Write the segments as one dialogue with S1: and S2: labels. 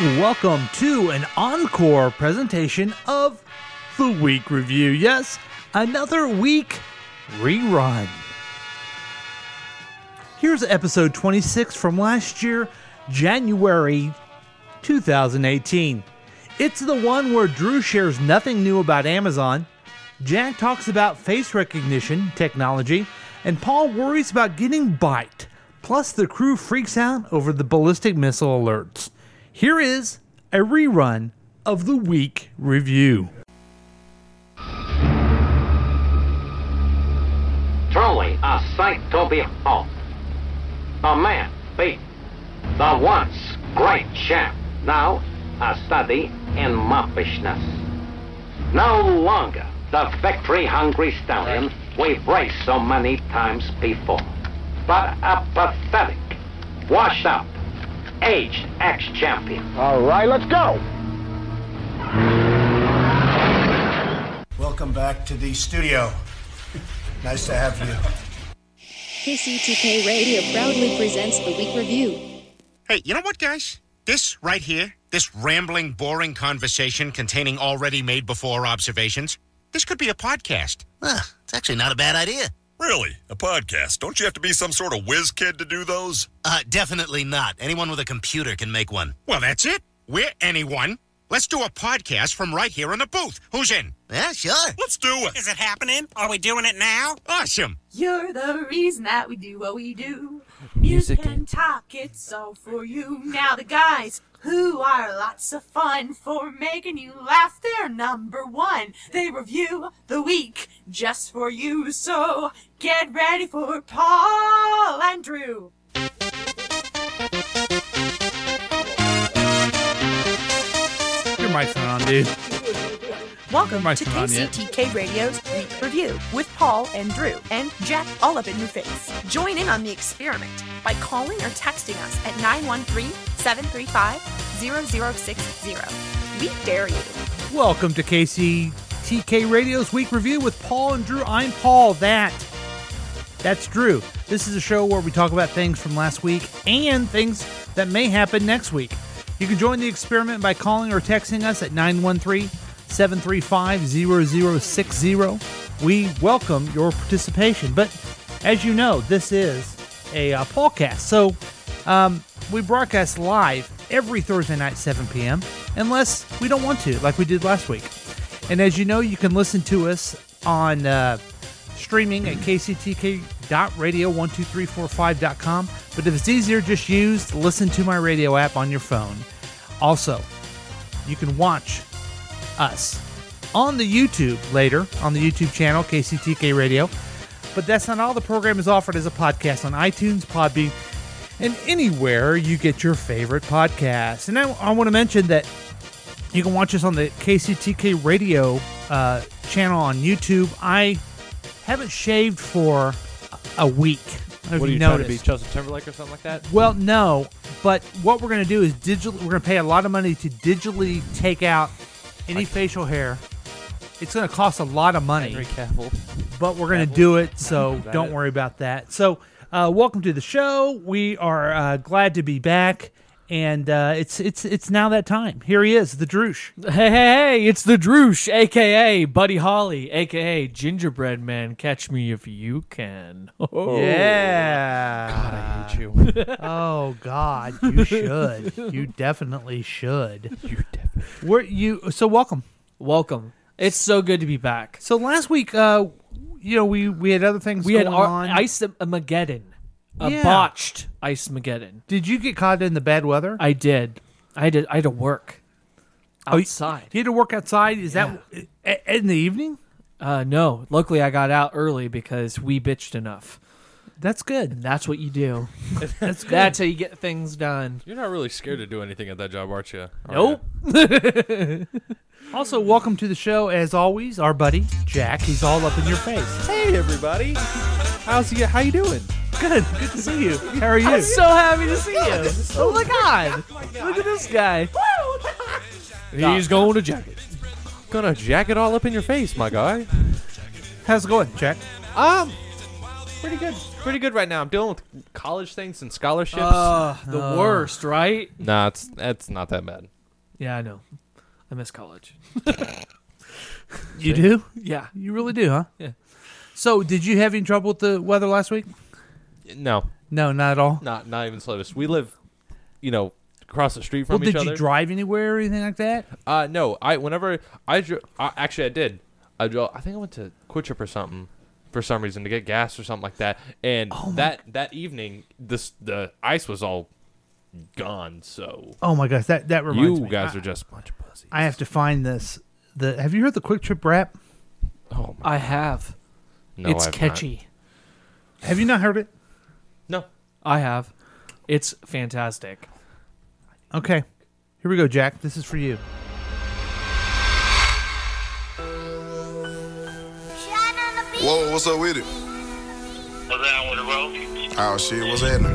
S1: Welcome to an encore presentation of the week review. Yes, another week rerun. Here's episode 26 from last year, January 2018. It's the one where Drew shares nothing new about Amazon, Jack talks about face recognition technology, and Paul worries about getting bite. Plus, the crew freaks out over the ballistic missile alerts. Here is a rerun of the week review.
S2: Truly a sight to behold. A man beat the once great champ, now a study in moppishness. No longer the victory hungry stallion we've raced so many times before, but a pathetic, washed up, aged ex champion.
S3: All right, let's go.
S4: Welcome back to the studio. Nice to have you.
S5: KCTK E Radio proudly presents the week review.
S6: Hey, you know what, guys? This right here, this rambling, boring conversation containing already made before observations, this could be a podcast. Huh, it's actually not a bad idea.
S7: Really? A podcast? Don't you have to be some sort of whiz kid to do those?
S8: Uh, definitely not. Anyone with a computer can make one.
S6: Well, that's it. We're anyone. Let's do a podcast from right here in the booth. Who's in?
S8: Yeah, sure.
S7: Let's do it.
S9: Is it happening? Are we doing it now?
S6: Awesome.
S10: You're the reason that we do what we do. Music and talk, it's all for you. Now the guys who are lots of fun for making you laugh, they're number one. They review the week just for you. So get ready for Paul and Drew.
S1: Your mic's not on, dude.
S11: Welcome
S1: Mike's
S11: to
S1: not on yet.
S11: KCTK Radio's Week Review with Paul and Drew and Jack all up in your face. Join in on the experiment by calling or texting us at 913-735-0060. We dare you.
S1: Welcome to KCTK Radio's Week Review with Paul and Drew. I'm Paul. That. That's Drew. This is a show where we talk about things from last week and things that may happen next week. You can join the experiment by calling or texting us at 913 735 0060. We welcome your participation. But as you know, this is a uh, podcast. So um, we broadcast live every Thursday night, 7 p.m., unless we don't want to, like we did last week. And as you know, you can listen to us on uh, streaming at kctk.radio12345.com. But if it's easier, just use the Listen to My Radio app on your phone. Also, you can watch us on the YouTube later on the YouTube channel, KCTK Radio. But that's not all. The program is offered as a podcast on iTunes, Podbean, and anywhere you get your favorite podcast. And I, I want to mention that you can watch us on the KCTK Radio uh, channel on YouTube. I haven't shaved for a week. I don't know if
S12: What are
S1: you
S12: you trying to be,
S1: noticed.
S12: Justin Timberlake or something like that?
S1: Well, no, but what we're going to do is digital. We're going to pay a lot of money to digitally take out any facial hair. It's going to cost a lot of money
S12: Henry Cavill.
S1: but we're going to
S12: Apple.
S1: do it, so
S12: That
S1: don't
S12: is-
S1: worry about that. So, uh, welcome to the show. We are uh, glad to be back, and uh, it's it's it's now that time. Here he is, the Droosh.
S13: Hey, hey, hey, it's the Droosh, aka Buddy Holly, aka Gingerbread Man. Catch me if you can. Oh.
S1: Yeah.
S12: I hate you.
S1: Oh God, you should. you definitely should. You definitely. Were you so welcome?
S13: Welcome. It's so good to be back.
S1: So last week, uh, you know, we we had other things
S13: We
S1: going
S13: had our
S1: on.
S13: Ice Mageddon. A
S1: Yeah.
S13: botched Ice Mageddon.
S1: Did you get caught in the bad weather?
S13: I did. I did I had to work.
S1: Oh, you-
S13: Outside.
S1: you had to work outside. Is that a- in the evening?
S13: uh no. Luckily I got out early because we bitched enough.
S1: That's good.
S13: That's what you do. That's good. That's how you get things done.
S12: You're not really scared to do anything at that job, aren't you? Are
S13: Nope.
S12: ya?
S1: Also, welcome to the show, as always, our buddy Jack. He's all up in your face.
S12: Hey, everybody. How's you? How you doing?
S1: Good, good to see you. How are you?
S13: I'm so happy to see you. oh my god. Look at this guy. He's going to jacket.
S12: Gonna jack it all up in your face, my guy.
S1: How's it going, Jack?
S12: Um, Pretty good. Pretty good right now. I'm dealing with college things and scholarships. Uh,
S13: Ugh, the Ugh. worst, right?
S12: Nah, it's that's not that bad.
S13: Yeah, I know. I miss college.
S1: You do?
S13: Yeah.
S1: You really do, huh?
S13: Yeah.
S1: So, did you have any trouble with the weather last week?
S12: No,
S1: No, not at all.
S12: not not even slightest. We live, you know, across the street from
S1: Well,
S12: each
S1: did
S12: other.
S1: you drive anywhere or anything like that?
S12: Uh, no. I whenever I dro- uh, actually I did. I drove. I think I went to Quichup or something for some reason to get gas or something like that. And
S1: Oh
S12: that that evening, this the ice was all gone. So
S1: Oh my gosh, that that reminds
S12: you
S1: me.
S12: guys
S1: I,
S12: are just a bunch of pussies.
S1: I have to find this. The Have you heard the Quick Trip rap?
S12: Oh
S13: I have.
S12: No,
S13: it's
S12: I've not.
S13: catchy.
S1: Have you not heard it?
S12: No.
S13: I have. It's fantastic.
S1: Okay. Here we go, Jack. This is for you.
S14: Whoa, what's up with it? Oh shit, what's happening?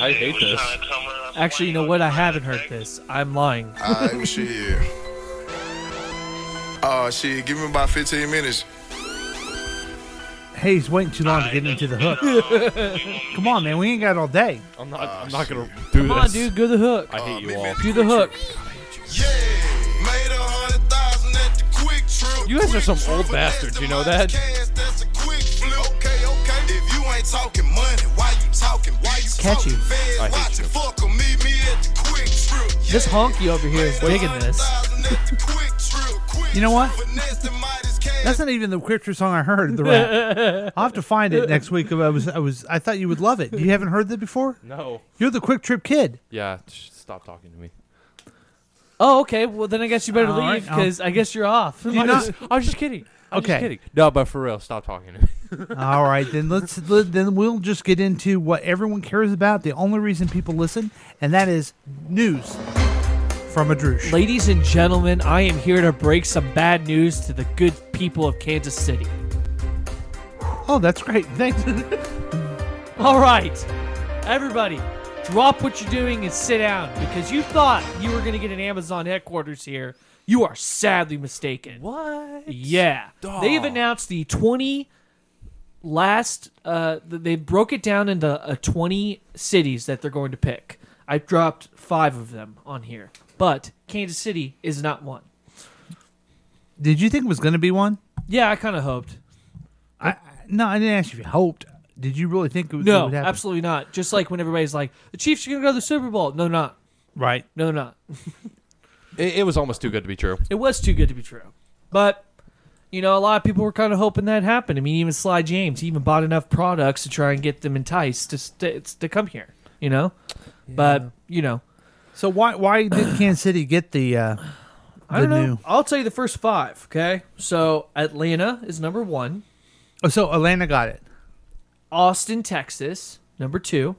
S12: I hate this.
S13: Actually, you know what? I haven't heard this. I'm lying.
S14: Alright, well, shit, yeah. Oh shit, give me about 15 minutes.
S1: Hey, he's waiting too long to get into the hook. Come on, man. We ain't got all day.
S12: I'm not. I'm not gonna
S13: Come
S12: do
S13: on,
S12: this.
S13: dude. Go to the hook. Oh,
S12: I hate you all.
S13: Do the hook.
S14: Made a hundred thousand at the quick trip.
S12: You guys are some old bastards. You know that?
S14: Okay, okay. If you ain't talking money, why you talking? Why you
S13: Catchy.
S14: talking? Feds
S12: I hate
S14: watching. Fuck 'em, meet me at the quick trip.
S13: This honky over here is digging this.
S1: You know what? That's not even the Quick Trip song I heard. The rap. I'll have to find it next week. I was. I was. I thought you would love it. You haven't heard that before?
S12: No.
S1: You're the Quick Trip kid.
S12: Yeah. sh- Stop talking to me.
S13: Oh, okay. Well, then I guess you better
S1: All right,
S13: leave because
S1: I'll-
S13: I guess you're off.
S1: You
S13: I,
S1: know-
S13: was, I was just kidding. I
S1: Ah,
S13: was
S1: Okay.
S13: Just kidding.
S12: No, but for real, stop talking to me.
S1: All right, then let's let- then we'll just get into what everyone cares about. The only reason people listen, and that is news from a Drush.
S13: Ladies and gentlemen, I am here to break some bad news to the good people of Kansas City.
S1: Oh, that's great. Thanks.
S13: All right, everybody, drop what you're doing and sit down because you thought you were going to get an Amazon headquarters here. You are sadly mistaken.
S12: What?
S13: Yeah, they've announced the 20 last. Uh, th- they broke it down into uh, 20 cities that they're going to pick. I dropped five of them on here, but Kansas City is not one.
S1: Did you think it was going to be one?
S13: Yeah, I kind of hoped.
S1: I no, I didn't ask you if you hoped. Did you really think it, was
S13: No,
S1: would happen?
S13: absolutely not. Just like when everybody's like, the Chiefs are going to go to the Super Bowl. No, they're not.
S1: Right.
S13: No, they're not.
S12: It, it was almost too good to be true.
S13: It was too good to be true. But, you know, a lot of people were kind of hoping that happened. I mean, even Sly James, he even bought enough products to try and get them enticed to st- to come here, you know? But, you know,
S1: So why why did Kansas City get the uh, the
S13: I don't know.
S1: new?
S13: I'll tell you the first five, okay? So Atlanta is number one,
S1: Oh, so Atlanta got it.
S13: Austin, Texas, number two.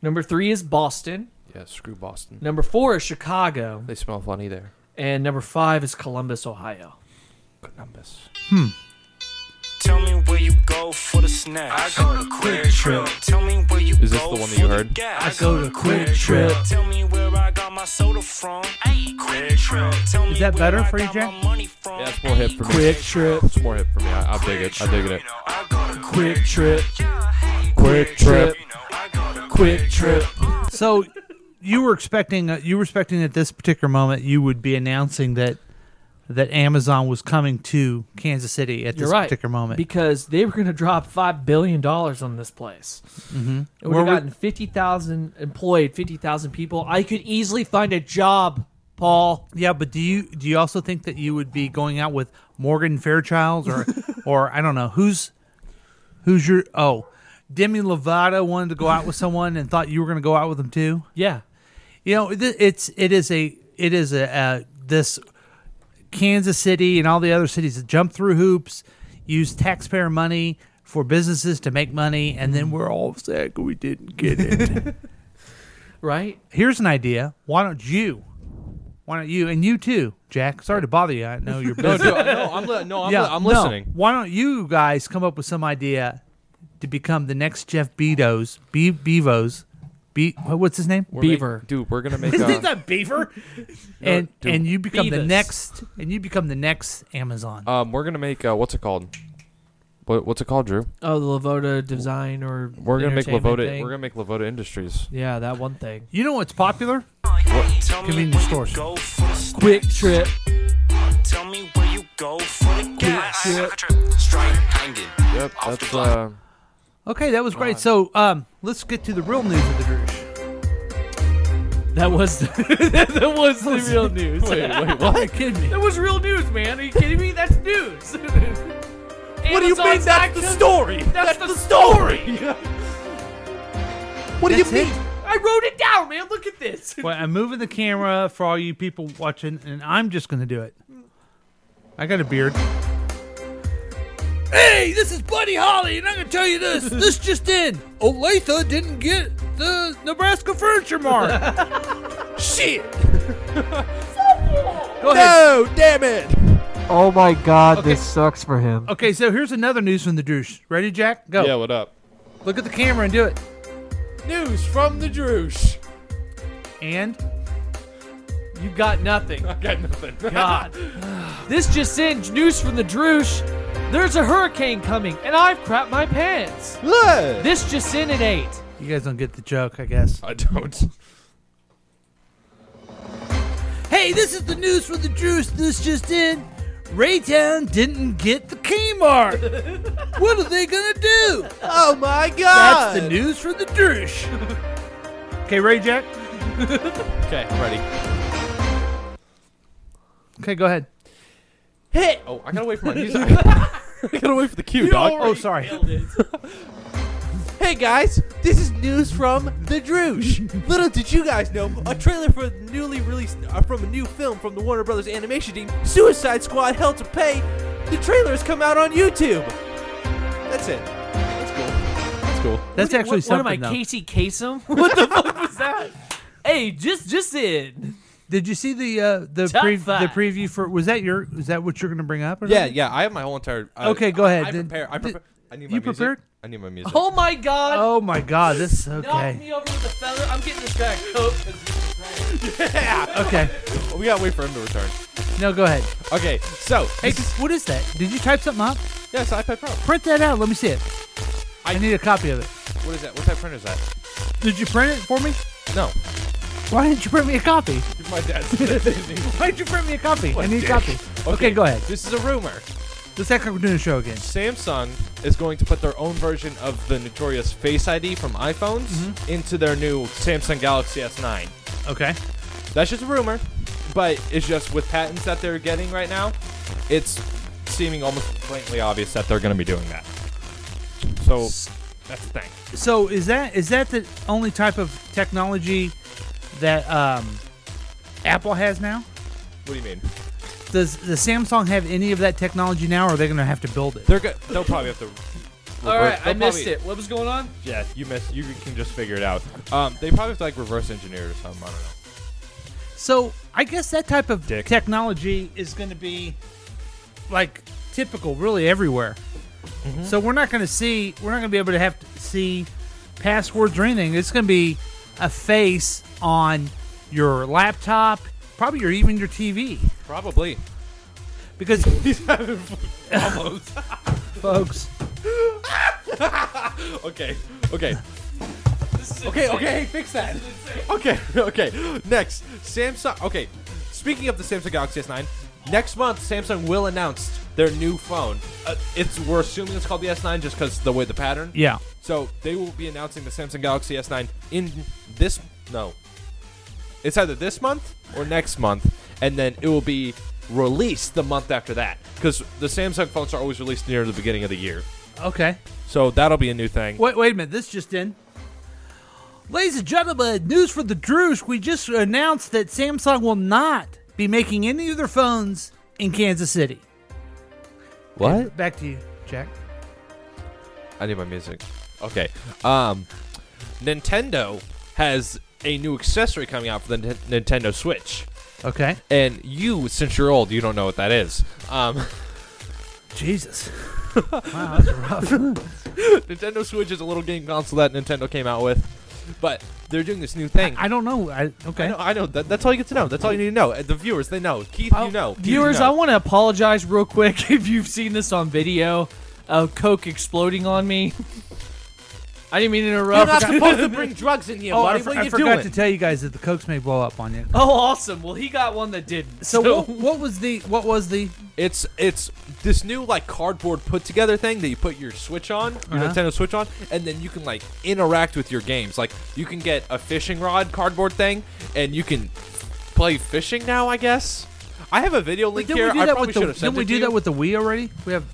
S13: Number three is Boston.
S12: Yeah, screw Boston.
S13: Number four is Chicago.
S12: They smell funny there.
S13: And number five is Columbus, Ohio.
S12: Columbus.
S15: Tell me where you go for the snacks. I go to Quick Trip. Tell me where you
S12: Is this the one that you heard?
S15: gas.
S13: I go to Quick Trip.
S15: Tell me where I got my soda from. Quick Trip. Tell me
S1: Is that
S15: where
S1: better
S15: I
S1: for you,
S15: got
S1: Jack?
S15: my money from.
S12: Yeah, it's more hip for me.
S13: Quick trip.
S12: It's more hip for me. I, I dig it. I dig it.
S13: Quick trip.
S12: Quick trip.
S13: Quick trip.
S1: So you were expecting uh, you were expecting at this particular moment you would be announcing that that Amazon was coming to Kansas City at
S13: You're
S1: this
S13: right.
S1: particular moment.
S13: Because they were going to drop $5 billion on this place.
S1: hmm
S13: It would
S1: Where
S13: have
S1: we-
S13: gotten 50,000 employed, 50,000 people. I could easily find a job, Paul.
S1: Yeah, but do you do you also think that you would be going out with Morgan Fairchild or or I don't know who's who's your oh Demi Lovato wanted to go out with someone and thought you were going to go out with them too?
S13: Yeah.
S1: You know, it, it's it is a it is a uh, this Kansas City and all the other cities that jump through hoops, use taxpayer money for businesses to make money, and then we're all sick we didn't get it.
S13: Right?
S1: Here's an idea. Why don't you? Why don't you and you too, Jack? Sorry to bother you. I know you're
S12: No,
S1: busy.
S12: dude, I- no, I'm, li- no, I'm, li- I'm
S1: no.
S12: listening.
S1: Why don't you guys come up with some idea to become the next Jeff Bezos? Be- Bevos, Be- what- what's his name?
S12: We're make-
S13: Beaver.
S12: dude, we're gonna make.
S1: His
S12: A,
S1: name's not Beaver. and
S12: dude.
S1: and you become the
S13: Beavis.
S1: next and you become the next Amazon.
S12: um, we're gonna make. Uh, what's it called? What, what's it called, Drew?
S13: Oh, the Lavota design or
S12: We're gonna make
S13: entertainment
S12: Lavota.
S13: thing.
S12: We're gonna make Lavota Industries.
S13: yeah, that one thing.
S1: You know what's popular?
S13: Convenience stores. Quick Trip.
S15: Tell me where you go for the gas. Straight hanging.
S12: Yep, that's uh,
S1: Okay, that was great. So um, let's get to the real news of the Druge.
S13: That was that was the real news.
S1: Wait, wait, what?
S13: Are you
S1: kidding me?
S13: That was real news, man. Are you kidding me? That's news. what
S16: do you mean that's the story?
S13: That's, the story.
S1: What do you mean?
S13: I wrote it down, man. Look at this.
S1: Well, I'm moving the camera for all you people watching, and I'm just going to do it. I got a beard.
S16: Hey, this is Buddy Holly, and I'm gonna tell you this. This just in. Olathe didn't get the Nebraska Furniture Mart. Shit.
S1: No, damn it.
S17: Oh my god,
S1: Okay.
S17: this sucks for him.
S1: Okay, so here's another news from the douche. Ready, Jack? Go.
S12: Yeah, what up?
S1: Look at the camera and do it.
S12: News from the Droosh.
S1: And
S13: You've got nothing. I
S12: got nothing.
S13: God. this just in news from the Droosh. There's a hurricane coming, and I've crapped my pants.
S12: Look.
S13: This just in at eight.
S1: you guys don't get the joke, I guess.
S12: I don't.
S16: Hey, this is the news from the Drews. This just in. Raytown didn't get the Kmart. what are they gonna do? Oh my
S1: God.
S16: That's the news from the Drush.
S1: Okay, Ray Jack?
S12: Okay, I'm ready.
S1: Okay, go ahead.
S13: Hey.
S12: Oh, I gotta wait for my music. I gotta wait for the cue, dog.
S1: Oh, sorry.
S18: Hey guys, this is news from the Droosh. Little did you guys know, a trailer for the newly released uh, from a new film from the Warner Brothers animation team, Suicide Squad: Hell to Pay. The trailer has come out on YouTube. That's it. That's cool.
S12: That's cool.
S1: That's
S13: What-
S1: actually
S13: what,
S1: something.
S13: What am I,
S1: though.
S13: Casey Kasem? What the fuck was that? Hey, just just in.
S1: Did you see the uh, the
S13: Top
S1: pre- the
S13: five.
S1: preview for? Was that your? Is that what you're going to bring up? or
S12: Yeah,
S1: not?
S12: yeah. I have my whole entire.
S18: uh,
S12: I-
S1: Okay, go
S12: I-
S1: ahead.
S12: I
S1: Then-
S12: prepare. I
S1: did-
S12: prepare. I need my
S1: you
S12: music.
S1: prepared?
S12: I need my music.
S13: Oh my god.
S1: Oh my God! This
S13: Knock
S1: okay.
S13: me over with a feather. I'm getting this back. yeah.
S1: Okay.
S18: Oh,
S12: We gotta wait for him to return.
S1: No, go ahead.
S12: Okay, so
S1: Hey, what is that? Did you type something up?
S12: Yes, iPad Pro.
S1: Print that out. Let me see it. I, need a copy of it.
S12: What is that? What type of printer is that?
S1: Did you print it for me?
S12: No.
S1: Why didn't you print me a copy?
S12: My dad's.
S1: Why did you print me a copy?
S12: What
S1: I need
S12: dick.
S1: a copy. Okay, go ahead.
S12: This is a rumor.
S1: Let's act like we're doing a show again.
S12: Samsung is going to put their own version of the notorious Face ID from iPhones
S1: Mm-hmm.
S12: into their new Samsung Galaxy S9.
S1: Okay.
S12: That's just a rumor, but it's just with patents that they're getting right now, it's seeming almost blatantly obvious that they're going to be doing that. So that's the thing.
S1: So is that is that the only type of technology that um, Apple has now?
S12: What do you mean?
S1: Does the Samsung have any of that technology now, or are they going to have to build it?
S12: They're go- they'll probably have to.
S13: All right,
S12: they'll
S13: I missed
S12: probably-
S13: it. What was going on?
S12: Yeah, you missed. You can just figure it out. Um, they probably have to like reverse engineer it or something. I don't know.
S1: So I guess that type of technology is going to be like typical, really everywhere.
S12: Mm-hmm.
S1: So we're not going to see, we're not going to be able to have to see passwords or anything. It's going to be a face on your laptop, probably or even your TV,
S12: Probably.
S1: because
S12: he's having almost.
S1: folks.
S12: okay. Okay.
S13: is
S12: Okay,
S13: insane.
S12: okay, fix that. Okay, okay. Next, Samsung. Okay, speaking of the Samsung Galaxy S9, next month Samsung will announce their new phone. Uh, it's we're assuming it's called the S9 just because the way the pattern.
S1: Yeah.
S12: So they will be announcing the Samsung Galaxy S9 in this no. It's either this month or next month, and then it will be released the month after that because the Samsung phones are always released near the beginning of the year.
S1: Okay.
S12: So that'll be a new thing.
S1: Wait, wait a minute. This just in. Ladies and gentlemen, news for the Drews. We just announced that Samsung will not be making any of their phones in Kansas City.
S12: What?
S1: Back to you, Jack.
S12: I need my music. Okay. Um, Nintendo has a new accessory coming out for the N- Nintendo Switch.
S1: Okay.
S12: And you, since you're old, you don't know what that is. Um,
S1: Jesus. wow, that's rough.
S12: Nintendo Switch is a little game console that Nintendo came out with, but they're doing this new thing.
S1: I, don't know. I, okay.
S12: I know. I know. That, that's all you get to know. That's all you need to know. Uh, The viewers, they know. Keith, you know. Keith, you
S13: Viewers,
S12: know.
S13: I want to apologize real quick if you've seen this on video. of coke exploding on me. I didn't mean to interrupt.
S12: You're not supposed to bring drugs in here,
S1: Oh, I,
S12: buddy.
S1: f-
S12: What
S1: I
S12: you
S1: forgot
S12: doing?
S1: to tell you guys that the cokes may blow up on you.
S13: Oh, awesome! Well, he got one that didn't.
S1: So, what, what was the what was the
S12: It's it's this new like cardboard put together thing that you put your Switch on, your
S1: Uh-huh.
S12: Nintendo Switch on, and then you can like interact with your games. Like you can get a fishing rod cardboard thing, and you can play fishing now. I guess I have a video link
S1: didn't
S12: here.
S1: we do
S12: I
S1: that
S12: probably
S1: with
S12: should
S1: the
S12: have
S1: didn't
S12: sent
S1: we
S12: it
S1: do
S12: to
S1: that
S12: you.
S1: with the Wii already? We have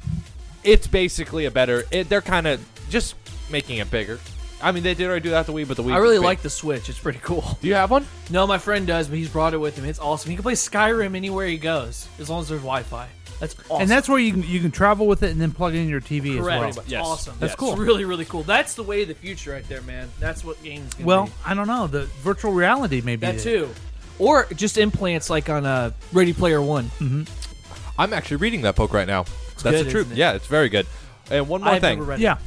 S12: It's basically a better. It, they're kind of just making it bigger. I mean, they did already do that with the Wii, but the Wii.
S13: I really
S12: big.
S13: like the Switch. It's pretty cool.
S12: Do you have one?
S13: No, my friend does, but he's brought it with him. It's awesome. He can play Skyrim anywhere he goes, as long as there's Wi-Fi. That's awesome.
S1: and that's where you can you can travel with it and then plug it in your TV as
S13: Correct.
S1: well.
S13: Awesome.
S1: That's cool.
S13: It's really, really cool. That's the way of the future, right there, man. That's what games. Gonna
S1: well,
S13: be.
S1: I don't know the virtual reality maybe
S13: that
S1: it.
S13: too, or just implants like on uh, Ready Player One.
S1: Mhm.
S12: I'm actually reading that book right now. That's
S13: good,
S12: the truth.
S13: isn't it?
S12: Yeah, it's very good. And one more
S13: I've
S12: thing.
S13: never read it. Yeah.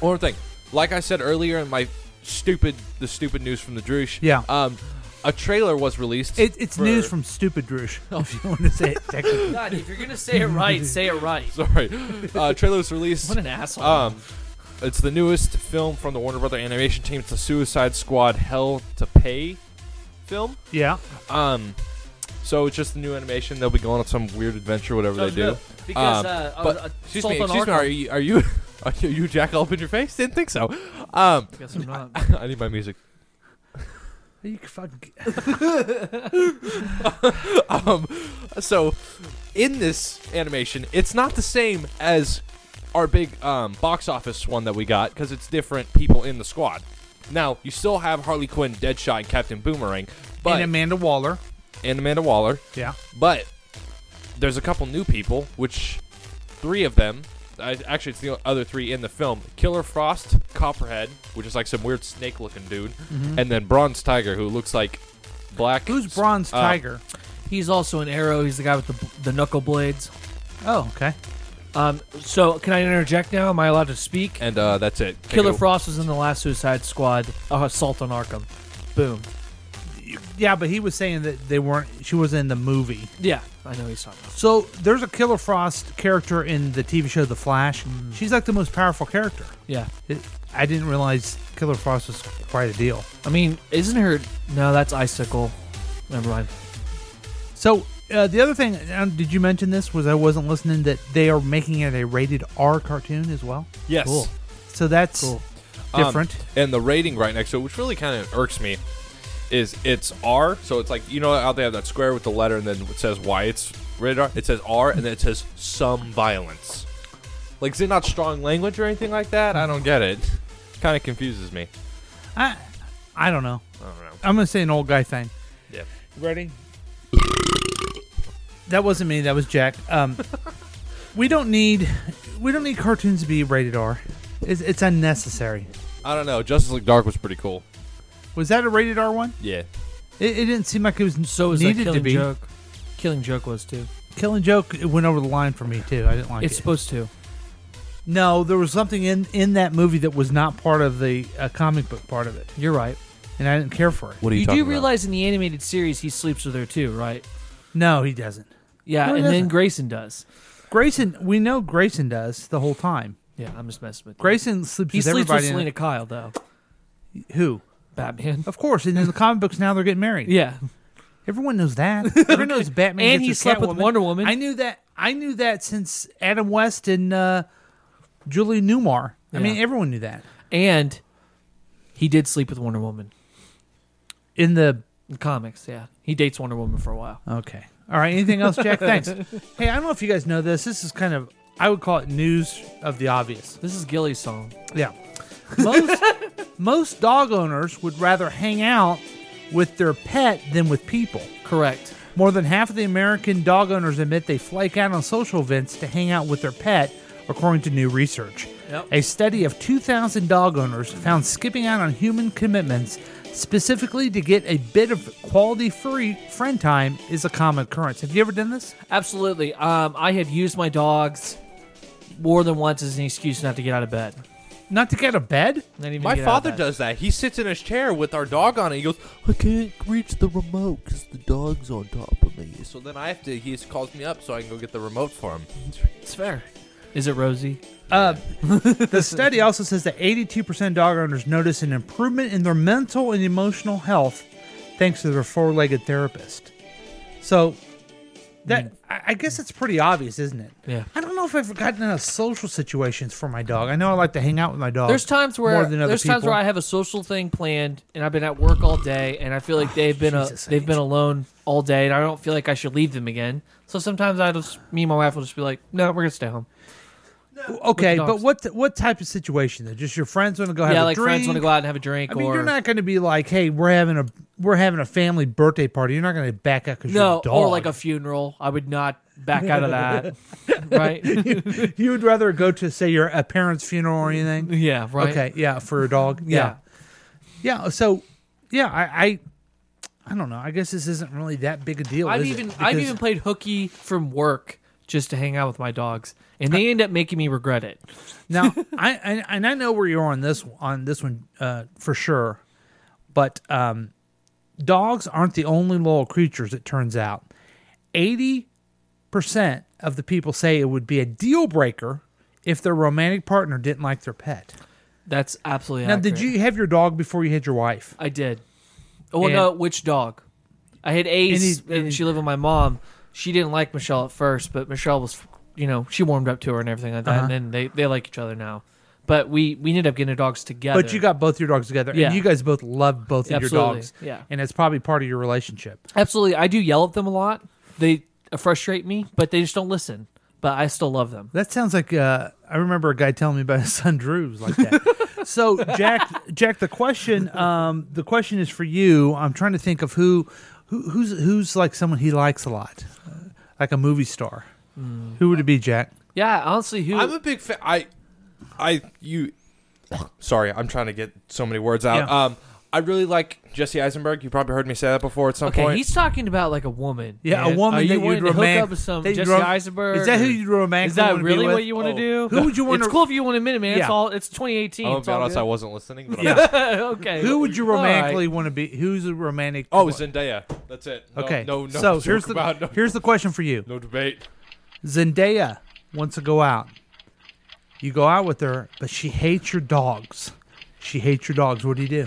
S12: One more thing. Like I said earlier in my stupid, the stupid news from the Droosh.
S1: Yeah.
S12: Um, a trailer was released.
S1: It, it's
S12: for-
S1: news from Stupid Drush, if you want to say it technically.
S13: God, if you're gonna say it right, say it right.
S12: Sorry. Uh, trailer was released.
S13: What an asshole.
S12: Um, it's the newest film from the Warner Brother animation team. It's the Suicide Squad Hell to Pay film.
S1: Yeah.
S12: Um, so it's just the new animation. They'll be going on some weird adventure, whatever
S13: Sounds
S12: they do.
S13: good. Oh, Because,
S12: Um,
S13: uh, I
S12: but-
S13: was- uh,
S12: excuse
S13: Salt
S12: me,
S13: on
S12: excuse me.
S13: Arkham.
S12: Are you are you are you, you jack up in your face? Didn't think so. Um,
S13: Guess I'm not.
S12: I need my music.
S1: You can fucking.
S12: um, so in this animation, it's not the same as our big um, box office one that we got because it's different people in the squad. Now you still have Harley Quinn, Deadshot, and Captain Boomerang, but
S1: and Amanda Waller.
S12: and Amanda Waller.
S1: Yeah.
S12: But there's a couple new people, which three of them. I, actually, it's the other three in the film: Killer Frost, Copperhead, which is like some weird snake-looking dude,
S1: Mm-hmm.
S13: Mhm.
S12: and then Bronze Tiger, who looks like black. uh, Who's
S1: Bronze Tiger?
S13: He's also an arrow. He's the guy with the the knuckle blades.
S1: Oh, okay.
S13: Um, so can I interject now? Am I allowed to speak?
S12: And uh, that's it. Take
S13: Killer
S12: it-
S13: Frost was in the last Suicide Squad uh, assault on Arkham. Boom.
S1: Yeah, but he was saying that they weren't. She was in the movie.
S13: Yeah, I know he's talking about.
S1: So there's a Killer Frost character in the TV show The Flash. She's like the most powerful character.
S13: Mm. Yeah.
S1: It, I didn't realize Killer Frost was quite a deal.
S13: I mean, isn't her? No, that's Icicle. Never mind.
S1: So uh, the other thing, uh, did you mention this? Was I wasn't listening that they are making it a rated R cartoon as well.
S12: Yes.
S1: Cool. So that's
S12: Um,
S1: different.
S12: and the rating right next to it, which really kind of irks me, is it's R. So it's like you know how they have that square with the letter, and then it says why it's rated R. It says R, and then it says some violence. Like is it not strong language or anything like that? I don't get it. Kind of confuses me.
S1: I, I don't know.
S12: I don't know.
S1: I'm gonna say an old guy thing.
S12: Yeah.
S1: Ready? That wasn't me. That was Jack. Um, we don't need we don't need cartoons to be rated R. It's, it's unnecessary.
S12: I don't know. Justice League Dark was pretty cool.
S1: Was that a rated R one?
S12: Yeah.
S1: It, it didn't seem like it was
S13: So was that
S1: needed to
S13: Killing
S1: be.
S13: Joke. Killing Joke was too.
S1: Killing Joke it went over the line for me too. I didn't like
S13: it's
S1: it.
S13: supposed to.
S1: No, there was something in in that movie that was not part of the uh, comic book part of it.
S13: You're right.
S1: And I didn't care for it.
S12: What are
S13: You, do realize in the animated series he sleeps with her too, right?
S1: No, he doesn't.
S13: Yeah,
S1: No, he
S13: and then
S1: doesn't.
S13: Grayson does.
S1: Grayson, we know Grayson does the whole time.
S13: Yeah, I'm just messing with. you.
S1: Grayson sleeps
S13: He
S1: with
S13: sleeps with
S1: everybody. in
S13: Selena
S1: it.
S13: Kyle though.
S1: Who?
S13: Batman.
S1: Of course. And in the comic books now, they're getting married.
S13: Yeah.
S1: Everyone knows that. Everyone knows Batman.
S13: And
S1: gets
S13: he
S1: with
S13: slept with
S1: Catwoman.
S13: Wonder Woman.
S1: I knew that. I knew that since Adam West and uh, Julie Newmar. I mean,
S13: Yeah.
S1: everyone knew that.
S13: And he did sleep with Wonder Woman.
S1: In the
S13: comics, yeah. He dates Wonder Woman for a while.
S1: Okay. All right. Anything else, Jack? Thanks. Hey, I don't know if you guys know this. This is kind of I would call it news of the obvious.
S13: This is Gilly's song.
S1: Yeah. Most most dog owners would rather hang out with their pet than with people.
S13: Correct.
S1: More than half of the American dog owners admit they flake out on social events to hang out with their pet, according to new research.
S13: Yep.
S1: A study of 2,000 dog owners found skipping out on human commitments, specifically to get a bit of quality free friend time, is a common occurrence. Have you ever done this?
S13: Absolutely. Um, I have used my dogs more than once as an excuse not to get out of bed.
S1: Not to get out of bed?
S13: Not even
S12: My
S13: get out of
S12: father
S13: bed.
S12: does that. He sits in his chair with our dog on it. He goes, I can't reach the remote because the dog's on top of me. So then I have to. He just calls me up so I can go get the remote for him.
S13: It's fair. Is it Rosie?
S1: Uh, the study also says that 82% of dog owners notice an improvement in their mental and emotional health thanks to their four legged therapist. So, that I I guess it's pretty obvious, isn't it?
S13: Yeah.
S1: I don't know if I've gotten out of social situations for my dog. I know I like to hang out with my dog.
S13: There's times where
S1: more than other
S13: there's times
S1: people.
S13: where I have a social thing planned and I've been at work all day and I feel like they've been a,
S1: Ah, Jesus, I
S13: they've been alone all day and I don't feel like I should leave them again. So sometimes I just me and my wife will just be like, no, we're gonna stay home.
S1: okay,
S13: with the
S1: but what what type of situation though? Just your friends want to go have a
S13: yeah, like
S1: drink?
S13: friends want to go out and have a drink.
S1: I mean,
S13: or
S1: you're not going to be like, "Hey, we're having a we're having a family birthday party." You're not going to back out because
S13: no,
S1: you're a
S13: or
S1: dog.
S13: like a funeral. I would not back out of that. right?
S1: you, you would rather go to say your a parent's funeral or anything.
S13: Yeah, right.
S1: Okay, yeah, for a dog. Yeah, yeah. so, yeah, I, I, I don't know. I guess this isn't really that big a deal.
S13: I've
S1: is it?
S13: even I've
S1: Because-
S13: even played hooky from work just to hang out with my dogs, and they end up making me regret it.
S1: now I, I and I know where you're on this on this one uh, for sure, but um, dogs aren't the only loyal creatures. It turns out, eighty percent of the people say it would be a deal breaker if their romantic partner didn't like their pet.
S13: That's absolutely.
S1: now, did
S13: accurate.
S1: you have your dog before you had your wife?
S13: I did. Oh well,
S1: And-
S13: no, which dog? I had Ace,
S1: And
S13: and, she lived with my mom. She didn't like Michelle at first, but Michelle was, you know, she warmed up to her and everything like that.
S1: Uh-huh.
S13: And then they, they like each other now. But we we ended up getting our dogs together.
S1: But you got both your dogs together,
S13: Yeah.
S1: and you guys both love both of
S13: Absolutely,
S1: your dogs.
S13: yeah.
S1: and it's probably part of your relationship.
S13: absolutely. I do yell at them a lot. They frustrate me, but they just don't listen. But I still love them.
S1: That sounds like uh, I remember a guy telling me about his son Drew's like that. so Jack, Jack, the question, um, the question is for you. I'm trying to think of who, who who's who's like someone he likes a lot, uh, like a movie star.
S13: Hmm.
S1: Who would it be, Jack?
S13: Yeah, honestly, who
S12: I'm a big fan. I, I you, sorry, I'm trying to get so many words out.
S13: Yeah.
S12: Um, I really like Jesse Eisenberg. You probably heard me say that before at some
S13: Okay,
S12: point.
S13: he's talking about like a woman.
S1: Yeah,
S13: man.
S1: a woman
S13: Are you
S1: that
S13: wanting
S1: you'd
S13: to
S1: romantic.
S13: hook up with some
S1: that you'd
S13: Jesse
S1: rom-
S13: Eisenberg.
S1: Is that who
S13: or-
S1: you'd romantic?
S13: Is that really what you want to do?
S1: Oh. Who would you want?
S13: It's
S1: to,
S13: cool if you want to minute, man. It's
S1: Yeah.
S13: all. It's 2018.
S12: I'm gonna
S13: it's
S12: be
S13: all
S12: honest,
S13: good.
S12: Oh, I wasn't listening, but I'm-
S13: yeah. okay.
S1: Who would you
S13: All right.
S1: romantically want to be? Who's a romantic?
S12: Oh, Zendaya. That's it. No-
S1: Okay.
S12: No. No.
S1: so
S12: joke
S1: here's the
S12: about, no,
S1: here's the question for you.
S12: no debate.
S1: Zendaya wants to go out. You go out with her, but she hates your dogs. She hates your dogs. What do you do?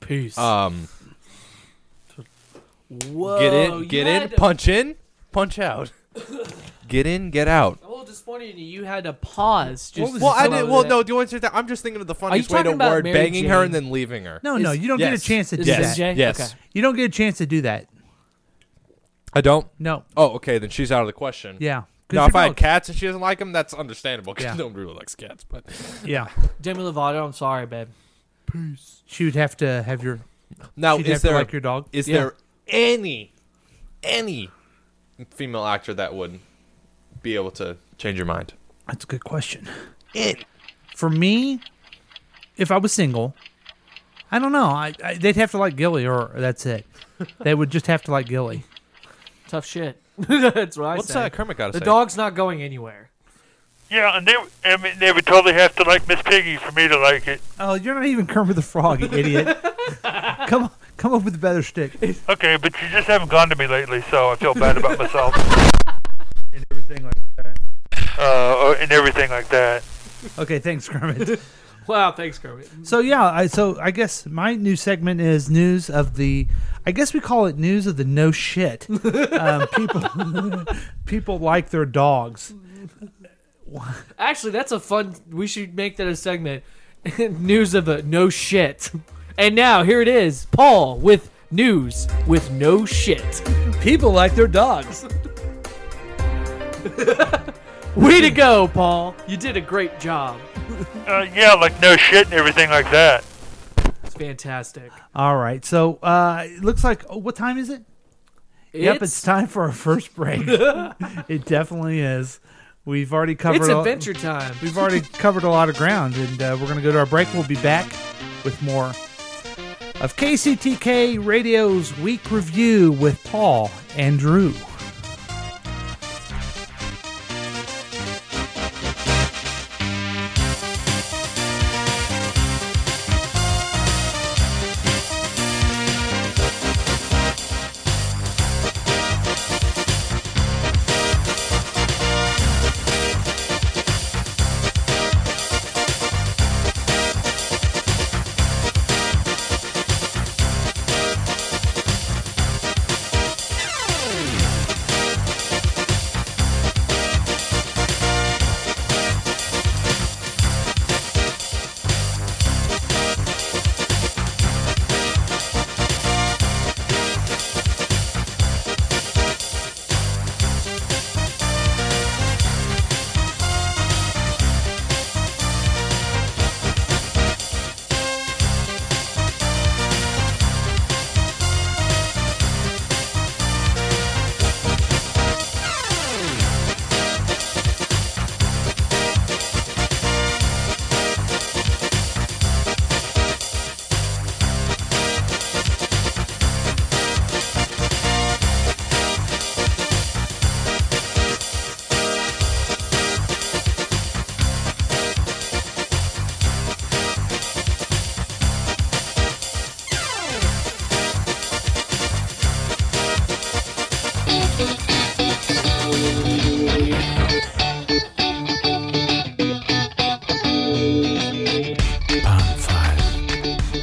S13: Peace.
S12: Um.
S13: Whoa,
S12: get in. Get
S13: you
S12: in.
S13: had to-
S12: Punch in. Punch out. get in. Get out.
S13: I'm a little disappointed in you. You had to pause. Just
S12: well, I
S13: to
S12: did.
S13: follow
S12: Well,
S13: that.
S12: no. Do you want to say that? I'm just thinking of the funniest way to
S13: talking about
S12: word
S13: Mary
S12: banging her
S13: Jane?
S12: and then leaving her.
S1: No, no, you don't get a
S12: Yes.
S1: chance to do
S12: Yes.
S1: that.
S12: Yes. Yes.
S1: You don't get a chance to do that.
S12: I don't.
S1: No.
S12: Oh, okay. Then she's out of the question.
S1: Yeah. 'Cause
S12: Now, if
S1: your
S12: I had
S1: dog-
S12: cats and she doesn't like them, that's understandable because
S1: Yeah.
S12: nobody really likes cats. But
S1: Yeah.
S13: Demi Lovato. I'm sorry, babe.
S1: She would have to have your.
S12: now,
S1: she'd
S12: is
S1: have to
S12: there
S1: like your dog?
S12: Is
S1: Yeah.
S12: there any any female actor that would be able to change your mind?
S1: That's a good question. For me, if I was single, I don't know. I, I they'd have to like Gilly, or that's it. they would just have to like Gilly.
S13: Tough shit. That's what I
S12: What's,
S13: say.
S12: uh, Kermit gotta
S13: The
S12: say?
S13: dog's not going anywhere.
S19: Yeah, and they, I mean, they would totally have to like Miss Piggy for me to like it.
S1: Oh, you're not even Kermit the Frog, you idiot. come on, come up with a better stick.
S19: Okay, but you just haven't gone to me lately, so I feel bad about myself.
S1: And everything like that.
S19: Uh, or- and everything like that.
S1: Okay, thanks, Kermit.
S13: Wow, thanks, Kermit.
S1: so yeah, I, so I guess my new segment is news of the. I guess we call it news of the no shit. um, people, people like their dogs.
S13: Actually, that's a fun. We should make that a segment. news of the no shit. And now here it is, Paul with news with no shit.
S1: People like their dogs.
S13: Way to go, Paul. You did a great job.
S19: Uh, yeah, like no shit and everything like that.
S13: It's fantastic.
S1: All right, so uh, it looks like. Oh, what time is it? Yep,
S13: It's-
S1: it's time for our first break. it definitely is. We've already covered.
S13: It's
S1: a-
S13: adventure time.
S1: We've already covered a lot of ground, and uh, we're going to go to our break. We'll be back with more of KCTK Radio's Week Review with Paul and Drew.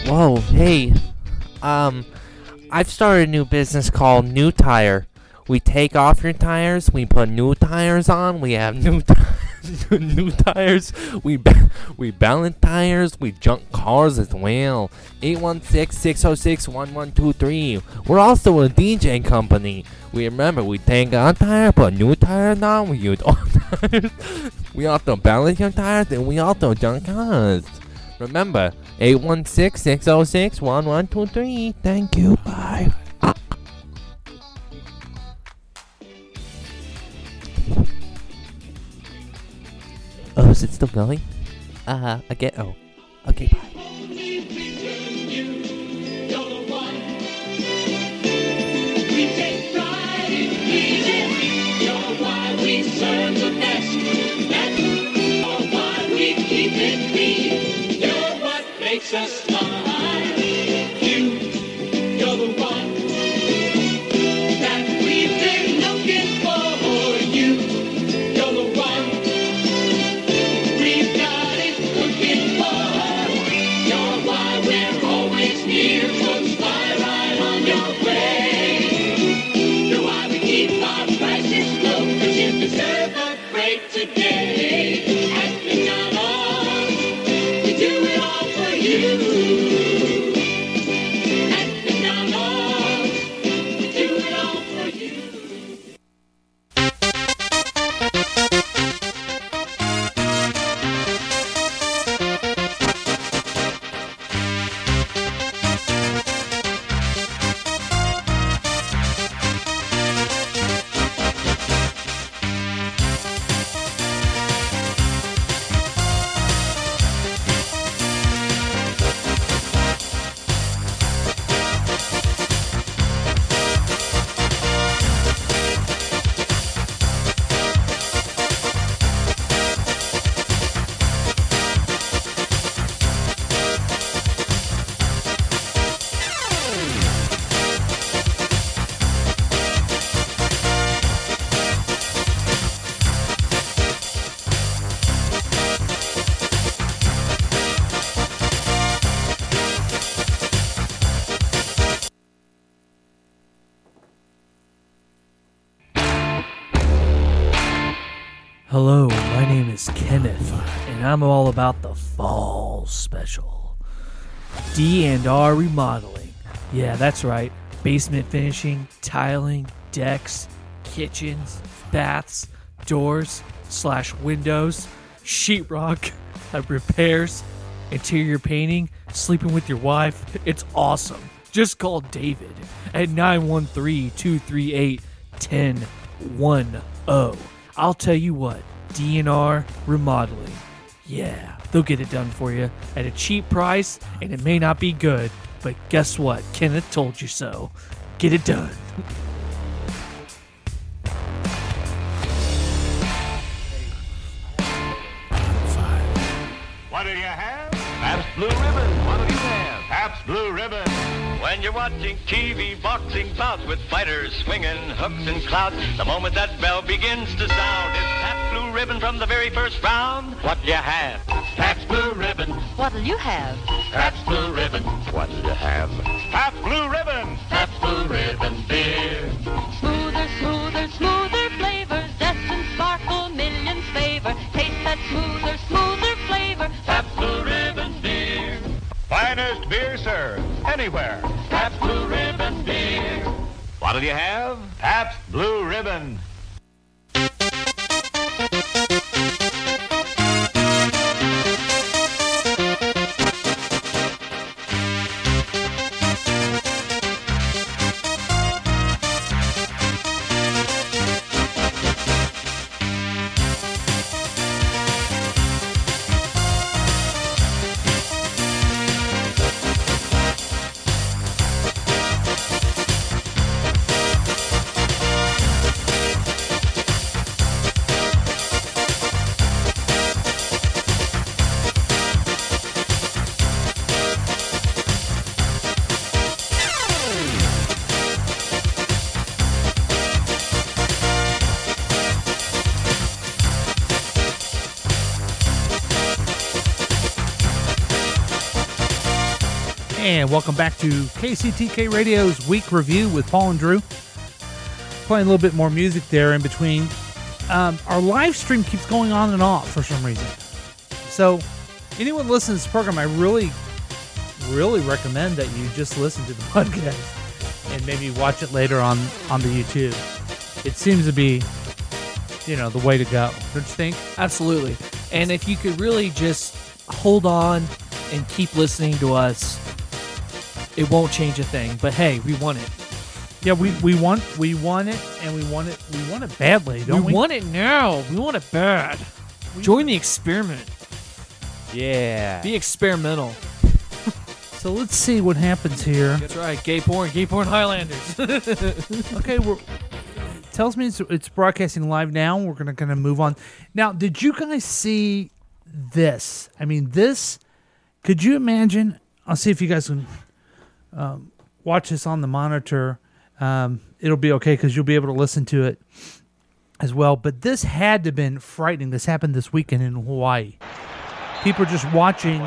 S12: Whoa, hey. Um, I've started a new business called New Tire. We take off your tires, we put new tires on, we have new tires. new tires. We ba- we balance tires. We junk cars as well. 816-606-1123. We're also a DJ company. We remember we take out tire, put new tires on. We use old tires. we also balance your tires, and we also junk cars. Remember 816-606-1123. Thank you. Bye. Oh, is it still going? Uh, again. Oh, okay. Bye.
S7: Makes us smile. You, you're the one that we've been looking for. You, you're the one we've got it looking for. You're why we're always near, close by, right on your way. You're why we keep our prices low, 'cause you deserve a break today. Acting not us, we do it all for you. Acting not us, we do it all for you.
S13: Hello, my name is Kenneth, and I'm all about the fall special. D and R remodeling. Yeah, that's right. Basement finishing, tiling, decks, kitchens, baths, doors, slash windows, sheetrock, uh, repairs, interior painting, sleeping with your wife. It's awesome. Just call David at 913 238 1010. oh. I'll tell you what, DNR remodeling. Yeah, they'll get it done for you at a cheap price, and it may not be good, but guess what? Kenneth told you so. Get it done.
S7: What do you have? Pabst Blue Ribbon. What do you have? Pabst Blue Ribbon. When you're watching TV boxing bouts with fighters swinging hooks and clouts, the moment that bell begins to sound, it's Pabst Blue Ribbon from the very first round. What do you have? Pabst Blue Ribbon. What'll you have? Pabst Blue Ribbon. What'll you have? Pabst Blue Ribbon. Pabst Blue Ribbon beer.
S20: Smoother, smoother, smoother flavor. Zest and sparkle, millions favor. Taste that smoother, smoother flavor.
S7: Pabst Blue Ribbon beer. Finest beer served anywhere. Pabst Blue Ribbon beer. What'll you have? Pabst Blue Ribbon.
S1: And welcome back to KCTK Radio's week review with Paul and Drew. Playing a little bit more music there in between. Um, our live stream keeps going on and off for some reason. So, anyone listening to this program, I really, really recommend that you just listen to the podcast and maybe watch it later on on the YouTube. It seems to be, you know, the way to go. Don't you think?
S13: Absolutely. And if you could really just hold on and keep listening to us, it won't change a thing. But hey, we want it.
S1: Yeah, we, we want we want it and we want it we want it badly, don't we?
S13: we want it now. We want it bad. Join the experiment.
S12: Yeah.
S13: Be experimental.
S1: So let's see what happens here.
S13: That's right. Gay porn. Gay porn Highlanders.
S1: okay, we're tells me it's, it's broadcasting live now. We're gonna gonna move on. Now, did you guys see this? I mean, this. Could you imagine? I'll see if you guys can um, watch this on the monitor. Um, it'll be okay because you'll be able to listen to it as well. But this had to have been frightening. This happened this weekend in Hawaii. People are just watching.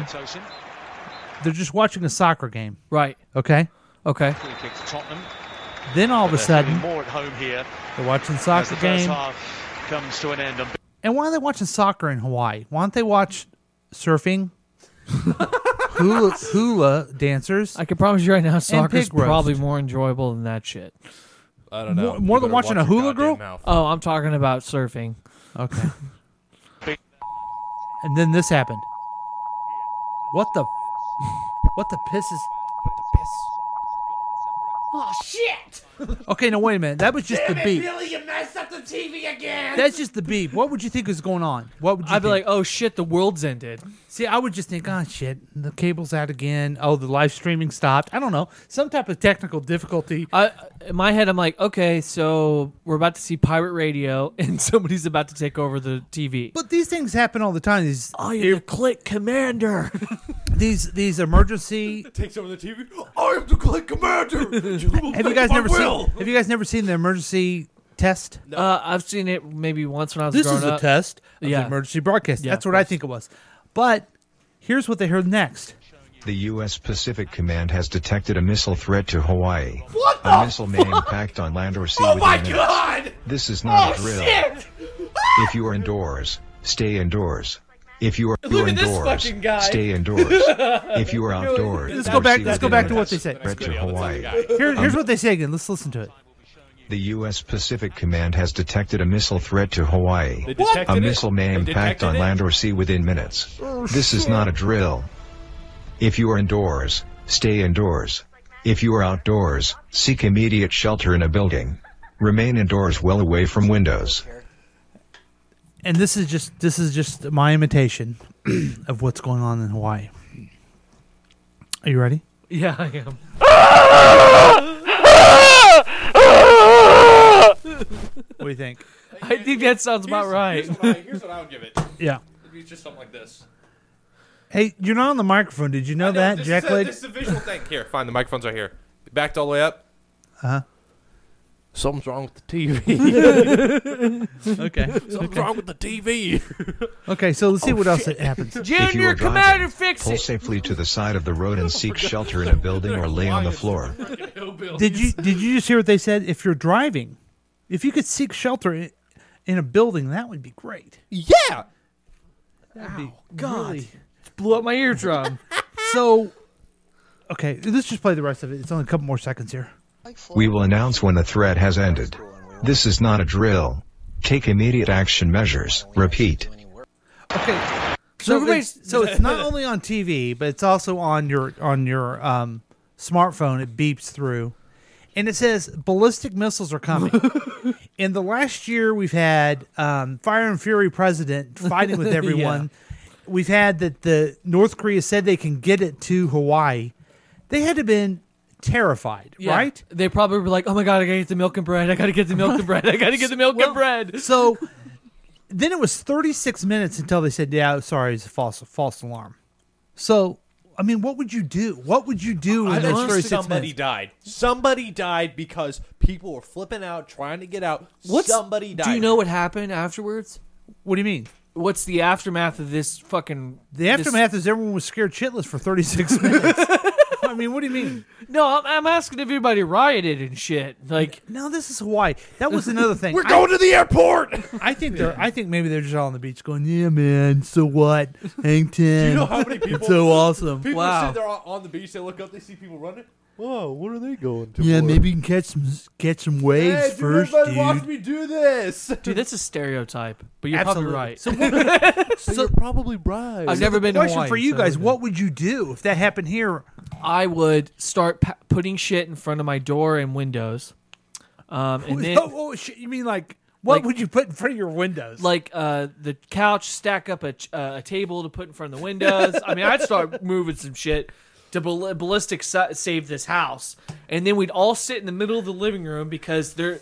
S1: They're just watching a soccer game.
S13: Right.
S1: Okay.
S13: Okay.
S2: Free kick to Tottenham.
S1: Then all of a
S2: But they're feeling
S1: sudden,
S2: more at home here.
S1: they're watching
S2: as
S1: soccer
S2: the first
S1: game.
S2: half comes to an end.
S1: And why are they watching soccer in Hawaii? Why don't they watch surfing, hula, hula dancers?
S13: I can promise you right now,
S1: and
S13: soccer's
S1: pig roast?
S13: probably more enjoyable than that shit.
S12: I
S1: don't know. More- more You than better watching watch a your hula goddamn girl? mouth.
S13: Oh, I'm talking about surfing.
S1: Okay. And then this happened. What the? What the piss is? What the piss?
S7: Oh shit!
S1: Okay, now wait a minute. That was just the beep.
S7: you messed up the TV again!
S1: That's just the beep. What would you think was going on? What would you?
S13: I'd be
S1: think?
S13: like, oh shit, the world's ended.
S1: See, I would just think, oh shit, the cable's out again. Oh, the live streaming stopped. I don't know, some type of technical difficulty.
S13: I, in my head, I'm like, okay, so we're about to see pirate radio, and somebody's about to take over the TV.
S1: But these things happen all the time. These
S13: I am Oh, the click commander.
S1: these these emergency
S18: Takes over the TV. I am the click commander. You will
S1: Have you
S18: make
S1: guys
S18: my
S1: never
S18: will.
S1: seen? Have you guys never seen the emergency test?
S13: Uh, I've seen it maybe once when I was
S1: This
S13: growing
S1: is a
S13: up.
S1: test of the
S13: Yeah.
S1: emergency broadcast.
S13: Yeah,
S1: That's
S13: of
S1: what I think it was. But here's what they heard next.
S21: The U.S. Pacific Command has detected a missile threat to Hawaii.
S7: What
S21: a
S7: the
S21: missile may impact on land or sea
S7: Oh
S21: within
S7: my
S21: minutes.
S7: God!
S21: This is
S7: Oh
S21: not a drill.
S7: shit!
S21: If you are indoors, stay indoors. If you are
S7: Look at this
S21: indoors,
S7: fucking guy.
S21: stay indoors. if you are outdoors,
S1: Let's go back.
S21: see
S1: Let's go
S21: within
S1: back to what
S21: minutes.
S1: they said.
S21: Threat to Hawaii. Um,
S1: Here, here's what they say again. Let's listen to it.
S21: The U.S. Pacific Command has detected a missile threat to Hawaii.
S1: They What? detected
S21: A
S1: it?
S21: missile may
S1: They
S21: impact
S1: detected
S21: on
S1: it?
S21: land or sea within minutes. Oh, this is shit. not a drill. If you are indoors, stay indoors. If you are outdoors, seek immediate shelter in a building. Remain indoors well away from windows.
S1: And this is just this is just my imitation of what's going on in Hawaii. Are you ready?
S13: Yeah, I am.
S1: What do you think?
S13: I think that sounds about right.
S12: Here's what, I, here's what I would give it.
S1: Yeah.
S12: It'd be just something like this.
S1: Hey, you're not on the microphone. Did you know,
S12: No,
S1: that,
S12: this
S1: Jack
S12: is a,
S1: Leg?
S12: This is a visual thing. Here, fine. The microphone's right here. Backed all the way up.
S1: Uh-huh.
S12: Something's wrong with the TV.
S1: Okay.
S12: Something's
S1: Okay.
S12: wrong with the TV.
S1: Okay, so let's see
S12: Oh,
S1: what else
S12: shit.
S1: that happens.
S13: Junior
S21: if you are
S13: Commander,
S21: driving,
S13: fix
S21: pull
S13: it.
S21: safely to the side of the road and seek shelter in a building or lay on the floor.
S1: Did you did you just hear what they said? If you're driving, if you could seek shelter in, in a building, that would be great.
S12: Yeah.
S1: That'd be
S13: God.
S1: really-
S13: Blew up my eardrum.
S1: so, okay, let's just play the rest of it. It's only a couple more seconds here.
S21: We will announce when the threat has ended. This is not a drill. Take immediate action measures. Repeat.
S1: Okay,
S13: So
S1: so
S13: everybody's-
S1: it's, so it's not only on TV, but it's also on your on your um, smartphone. It beeps through, and it says ballistic missiles are coming. in the last year, we've had um, Fire and Fury president fighting with
S13: Yeah.
S1: everyone. We've had that the North Korea said they can get it to Hawaii. They had to been terrified,
S13: Yeah.
S1: right?
S13: They probably were like, "Oh my god, I gotta get the milk and bread. I gotta get the milk and bread. I gotta get the milk and bread."
S1: So then it was 36 minutes until they said, "Yeah, sorry, it's a false false alarm." So I mean, what would you do? What would you do
S18: I
S1: in
S18: bet
S1: those
S18: you
S1: 36
S18: somebody
S1: minutes?
S18: died. Somebody died because people were flipping out, trying to get out. somebody died?
S13: Do you know what happened afterwards?
S1: What do you mean?
S13: What's the aftermath of this fucking?
S1: The aftermath is everyone was scared shitless for 36 minutes. I mean, what do you mean?
S13: No, I'm, I'm asking if everybody rioted and shit. Like,
S1: no, this is Hawaii. That was another thing.
S13: We're
S1: I-
S13: going to the airport!
S1: I think they're. I think maybe they're just all on the beach going, "Yeah, man. So what? Hang ten.
S12: you know how many people?
S1: It's so awesome.
S12: People
S1: wow.
S12: sit there on- on the beach. They look up. They see people running.
S18: Whoa, what are they going to?
S1: Yeah,
S18: for?
S1: maybe you can catch some catch some waves
S18: Hey, dude,
S1: first,
S18: everybody
S1: dude.
S18: watched me do this.
S13: Dude, that's a stereotype, but you're
S1: Absolutely.
S13: probably right.
S1: So what-
S13: so
S1: you're
S18: probably right.
S13: I've never
S1: the
S13: been to
S1: Question
S13: Hawaii,
S1: for you
S13: so-
S1: guys: What would you do if that happened here?
S13: I would start pa- putting shit in front of my door and windows. Um, and then,
S1: oh, oh, shit, you mean like what
S13: Like-
S1: would you put in front of your windows?
S13: like uh, the couch, stack up a, ch- uh, a table to put in front of the windows. I mean, I'd start moving some shit to bal- ballistic sa- save this house, and then we'd all sit in the middle of the living room because they're.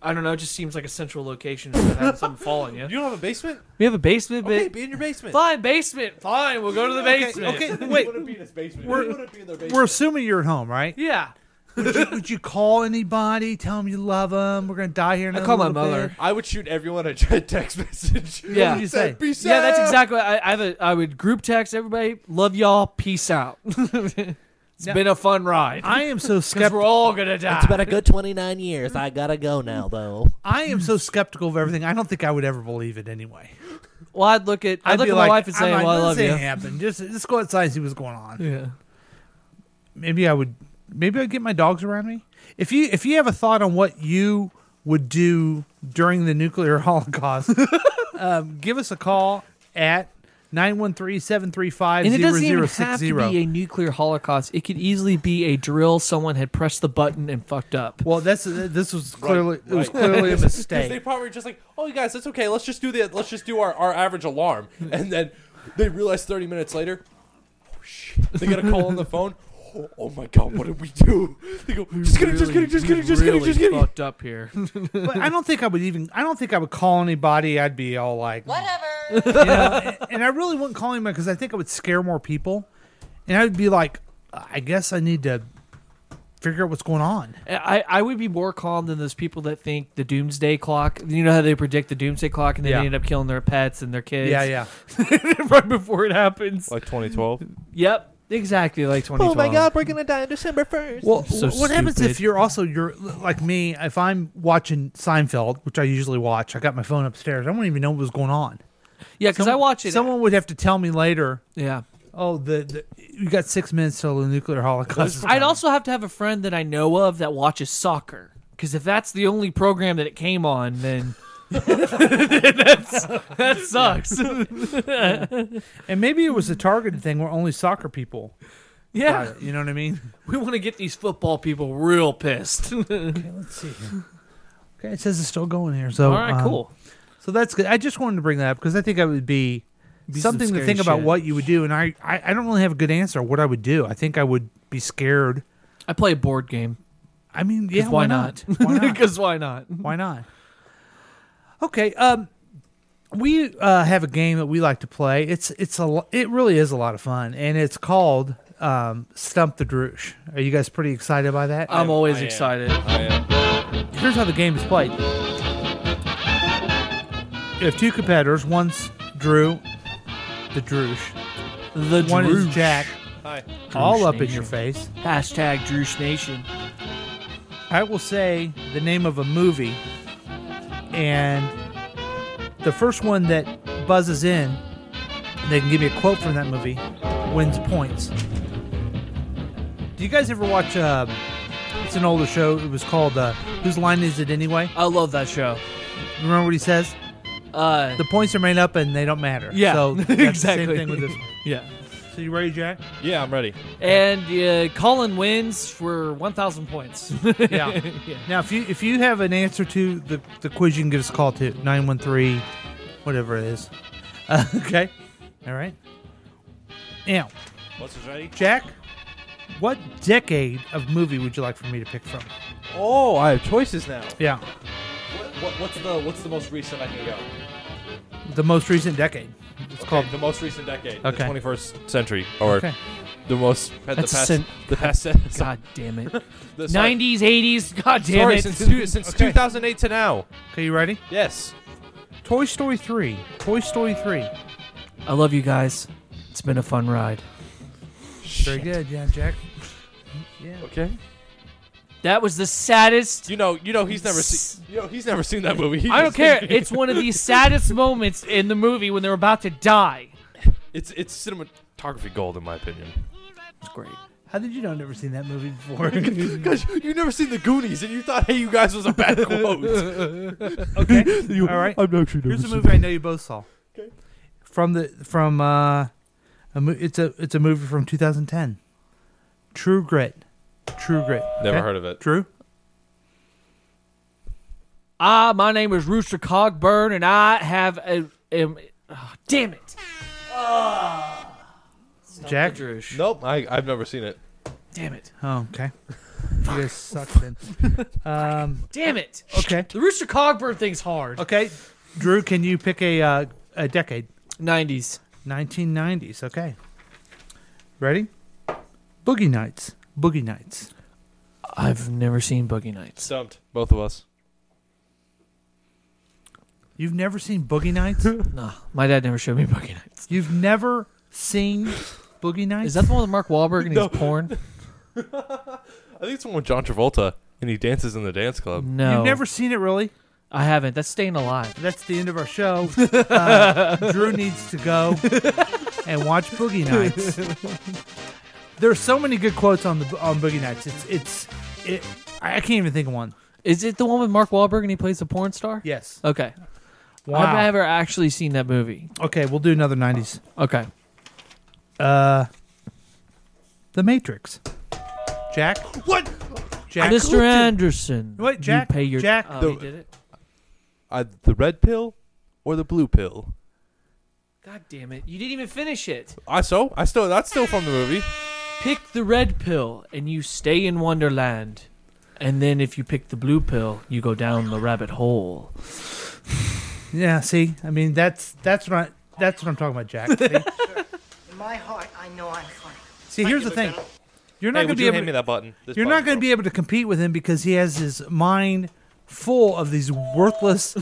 S13: I don't know. It just seems like a central location for having something fall on you. You
S18: don't have a basement.
S13: We have a basement, but
S18: Okay, be in your basement.
S13: Fine, basement. Fine, we'll go to the
S18: Okay,
S13: basement.
S18: okay,
S1: wait.
S18: Wouldn't be in his basement.
S1: We're-
S18: Wouldn't be in their
S1: We're
S18: basement.
S1: assuming you're at home, right?
S13: Yeah.
S1: Would you, would you call anybody? Tell them you love them. We're gonna die here. In
S13: I call my mother.
S18: I would shoot everyone a text message.
S13: Yeah.
S1: What would you say?
S18: Peace
S13: yeah, that's
S18: out.
S13: exactly. What I, I have a. I would group text everybody. Love y'all. Peace out. It's
S1: Now-
S13: been a fun ride.
S1: I am so
S13: 'Cause We're
S1: skeptical.
S13: all gonna die.
S1: It's been a good
S22: 29 years. I gotta go now, though.
S1: I am so skeptical of everything. I don't think I would ever believe it anyway.
S13: Well, I'd look at. I'd, look
S1: be
S13: at
S1: like,
S13: my wife and say,
S1: I'm like,
S13: "Well, I
S1: "This
S13: love you."
S1: ain't happened. Just just go outside and see what's going on.
S13: Yeah.
S1: Maybe I would. Maybe I'd get my dogs around me. If you if you have a thought on what you would do during the nuclear holocaust, um, give us a call at 913-735-0060.
S13: And it doesn't even have to be a nuclear holocaust. It could easily be a drill someone had pressed the button and fucked up.
S1: Well, that's this was
S13: Right,
S1: clearly it was
S13: right.
S1: clearly a
S13: Because-
S18: 'Cause They
S1: mistake.
S18: probably were just like, oh, you guys, that's okay. Let's just do the let's just do our, our average alarm,
S13: Hmm.
S18: and then they realize thirty minutes later, oh shit, they get a call on the phone. Oh, oh my god, what did we do? They go, just kidding, just
S13: really-
S18: kidding, just
S13: we
S18: kidding, just kidding,
S13: really
S18: just kidding.
S13: fucked up here.
S1: but I don't think I would even. I don't think I would call anybody. I'd be all like, whatever. and I really wouldn't call anybody because I think I would scare more people, and I would be like, I guess I need to figure out what's going on.
S13: I, I would be more calm than those people that think the doomsday clock. You know how they predict the doomsday clock and then
S1: Yeah.
S13: they end up killing their pets and their kids.
S1: Yeah, yeah.
S13: right before it happens.
S12: Like 2012.
S13: Yep, exactly like 2012.
S18: Oh my god, we're gonna die on December first.
S1: Well,
S13: So
S1: what happens if
S13: stupid.
S1: you're also you're like me? If I'm watching Seinfeld, which I usually watch, I got my phone upstairs. I wouldn't even know what was going on.
S13: Yeah, 'cause
S1: Some-
S13: I watch it-
S1: Someone would have to tell me later.
S13: Yeah.
S1: Oh, the, the you got six minutes till the nuclear holocaust. is
S13: I'd also have to have a friend that I know of that watches soccer. Because if that's the only program that it came on, then that's, that sucks.
S1: and maybe it was a targeted thing where only soccer people.
S13: Yeah.
S1: got it, you know what I mean.
S13: we want to get these football people real pissed. okay,
S1: let's see. Here. Okay, it says it's still going here. So
S13: All right,
S1: um,
S13: cool.
S1: So that's good. I just wanted to bring that up because I think I would be,
S13: Be some
S1: something to
S13: scary
S1: think about
S13: shit.
S1: what you would do, and I, I I don't really have a good answer what I would do. I think I would be scared.
S13: I play a board game.
S1: I mean,
S13: 'Cause
S1: yeah,
S13: why
S1: why
S13: not?
S1: not? Why not?
S13: Because why not?
S1: Why not? Okay. Um, we uh, have a game that we like to play. It's it's a lo- it really is a lot of fun, and it's called um, Stump the Droosh. Are you guys pretty excited by that?
S13: I'm always excited.
S1: Here's how the game is played. You have two competitors. One's Drew, the Droosh.
S13: The
S1: one is
S13: Droosh.
S1: Jack.
S13: Hi.
S1: All
S13: Droosh
S1: up in
S13: Nation.
S1: your face.
S13: Hashtag Droosh Nation.
S1: I will say the name of a movie, and the first one that buzzes in, they can give me a quote from that movie, wins points. Do you guys ever watch? Uh, it's an older show. It was called uh, "Whose Line Is It Anyway."
S13: I love that show.
S1: Remember what he says?
S13: Uh,
S1: the points are made up and they don't matter.
S13: Yeah,
S1: So that's the
S13: exactly.
S1: same thing with this. One.
S13: yeah.
S1: So you ready, Jack?
S12: Yeah, I'm ready.
S13: And uh, Colin wins for 1,000 points.
S1: yeah. Now, if you if you have an answer to the, the quiz, you can give us a call to 913, whatever it is. Uh, okay. All right. Now,
S12: What's his ready?
S1: Jack, what decade of movie would you like for me to pick from?
S18: Oh, I have choices now.
S1: Yeah.
S18: What, what, what's the what's the most recent I can go?
S1: The most recent decade. It's
S18: Okay,
S1: called.
S18: the most recent decade.
S1: Okay.
S12: The 21st century, or
S1: Okay.
S12: the most the
S13: That's
S12: past
S13: cen-
S12: the past.
S13: God damn it.
S12: The- sorry.
S13: 90s, 80s. God damn
S12: Sorry,
S13: it.
S12: since two- since 2008 to now.
S1: Okay, you ready?
S12: Yes.
S1: Toy Story 3. Toy Story 3.
S13: I love you guys. It's been a fun ride.
S1: Very good, yeah, Jack. Yeah.
S12: Okay.
S13: That was the saddest.
S12: You know, you know he's never seen. You know he's never seen that movie. He
S13: I don't
S12: just-
S13: care. It's one of the saddest moments in the movie when they're about to die.
S12: It's it's cinematography gold in my opinion.
S13: It's great.
S1: How did you know I've never seen that movie before?
S12: Because you never seen the Goonies and you thought "Hey, you guys" was a bad quote.
S1: okay. All right.
S12: I'm actually
S1: Here's a
S12: nervous.
S1: movie I know you both saw. Okay. From the from uh, a mo- it's a it's a movie from 2010. True Grit. True Grit.
S12: Never heard of it.
S1: True.
S13: Ah, my name is Rooster Cogburn, and I have a. am- ah, damn it.
S1: Jack.
S12: Nope. I I've never seen it.
S13: Damn it.
S1: Oh, okay. You guys suck then. Um,
S13: Damn it.
S1: Okay.
S13: The Rooster Cogburn thing's hard.
S1: Okay. Drew, can you pick a uh, a decade?
S13: 90s.
S1: 1990s. Okay. Ready? Boogie Nights. Boogie Nights.
S13: I've never seen Boogie Nights.
S12: Stumped. Both of us.
S1: You've never seen Boogie Nights?
S13: no. My dad never showed me Boogie Nights.
S1: You've never seen Boogie Nights?
S13: Is that the one with Mark Wahlberg and
S12: No.
S13: he's porn?
S12: I think it's the one with John Travolta and he dances in the dance club.
S13: No.
S1: You've never seen it, really?
S13: I haven't. That's staying alive.
S1: That's the end of our show. Uh, Drew needs to go and watch Boogie Nights. There are so many good quotes on the on Boogie Nights. It's it's it, I can't even think of one.
S13: Is it the one with Mark Wahlberg and he plays the porn star?
S1: Yes.
S13: Okay.
S1: Wow.
S13: I've never actually seen that movie.
S1: Okay, we'll do another '90s.
S13: Okay.
S1: Uh, The Matrix. Jack.
S12: What?
S1: Jack.
S13: Mr. Anderson.
S1: Wait,
S13: you
S1: Jack.
S13: pay your
S1: Jack.
S13: Oh,
S12: The-
S13: he did it.
S12: Uh, the red pill or the blue pill?
S13: God damn it! You didn't even finish it.
S12: I so I still that's still from the movie.
S13: Pick the red pill and you stay in Wonderland, and then if you pick the blue pill, you go down the rabbit hole.
S1: Yeah. See, I mean, that's that's what I, that's what I'm talking about, Jack. See?
S10: In my heart, I know I'm funny.
S1: See, here's the thing. You're not
S12: Hey,
S1: going
S12: would
S1: to be
S12: you
S1: able.
S12: hand
S1: to-
S12: me that button? This
S1: you're not
S12: button,
S1: going to be able to compete with him because he has his mind full of these worthless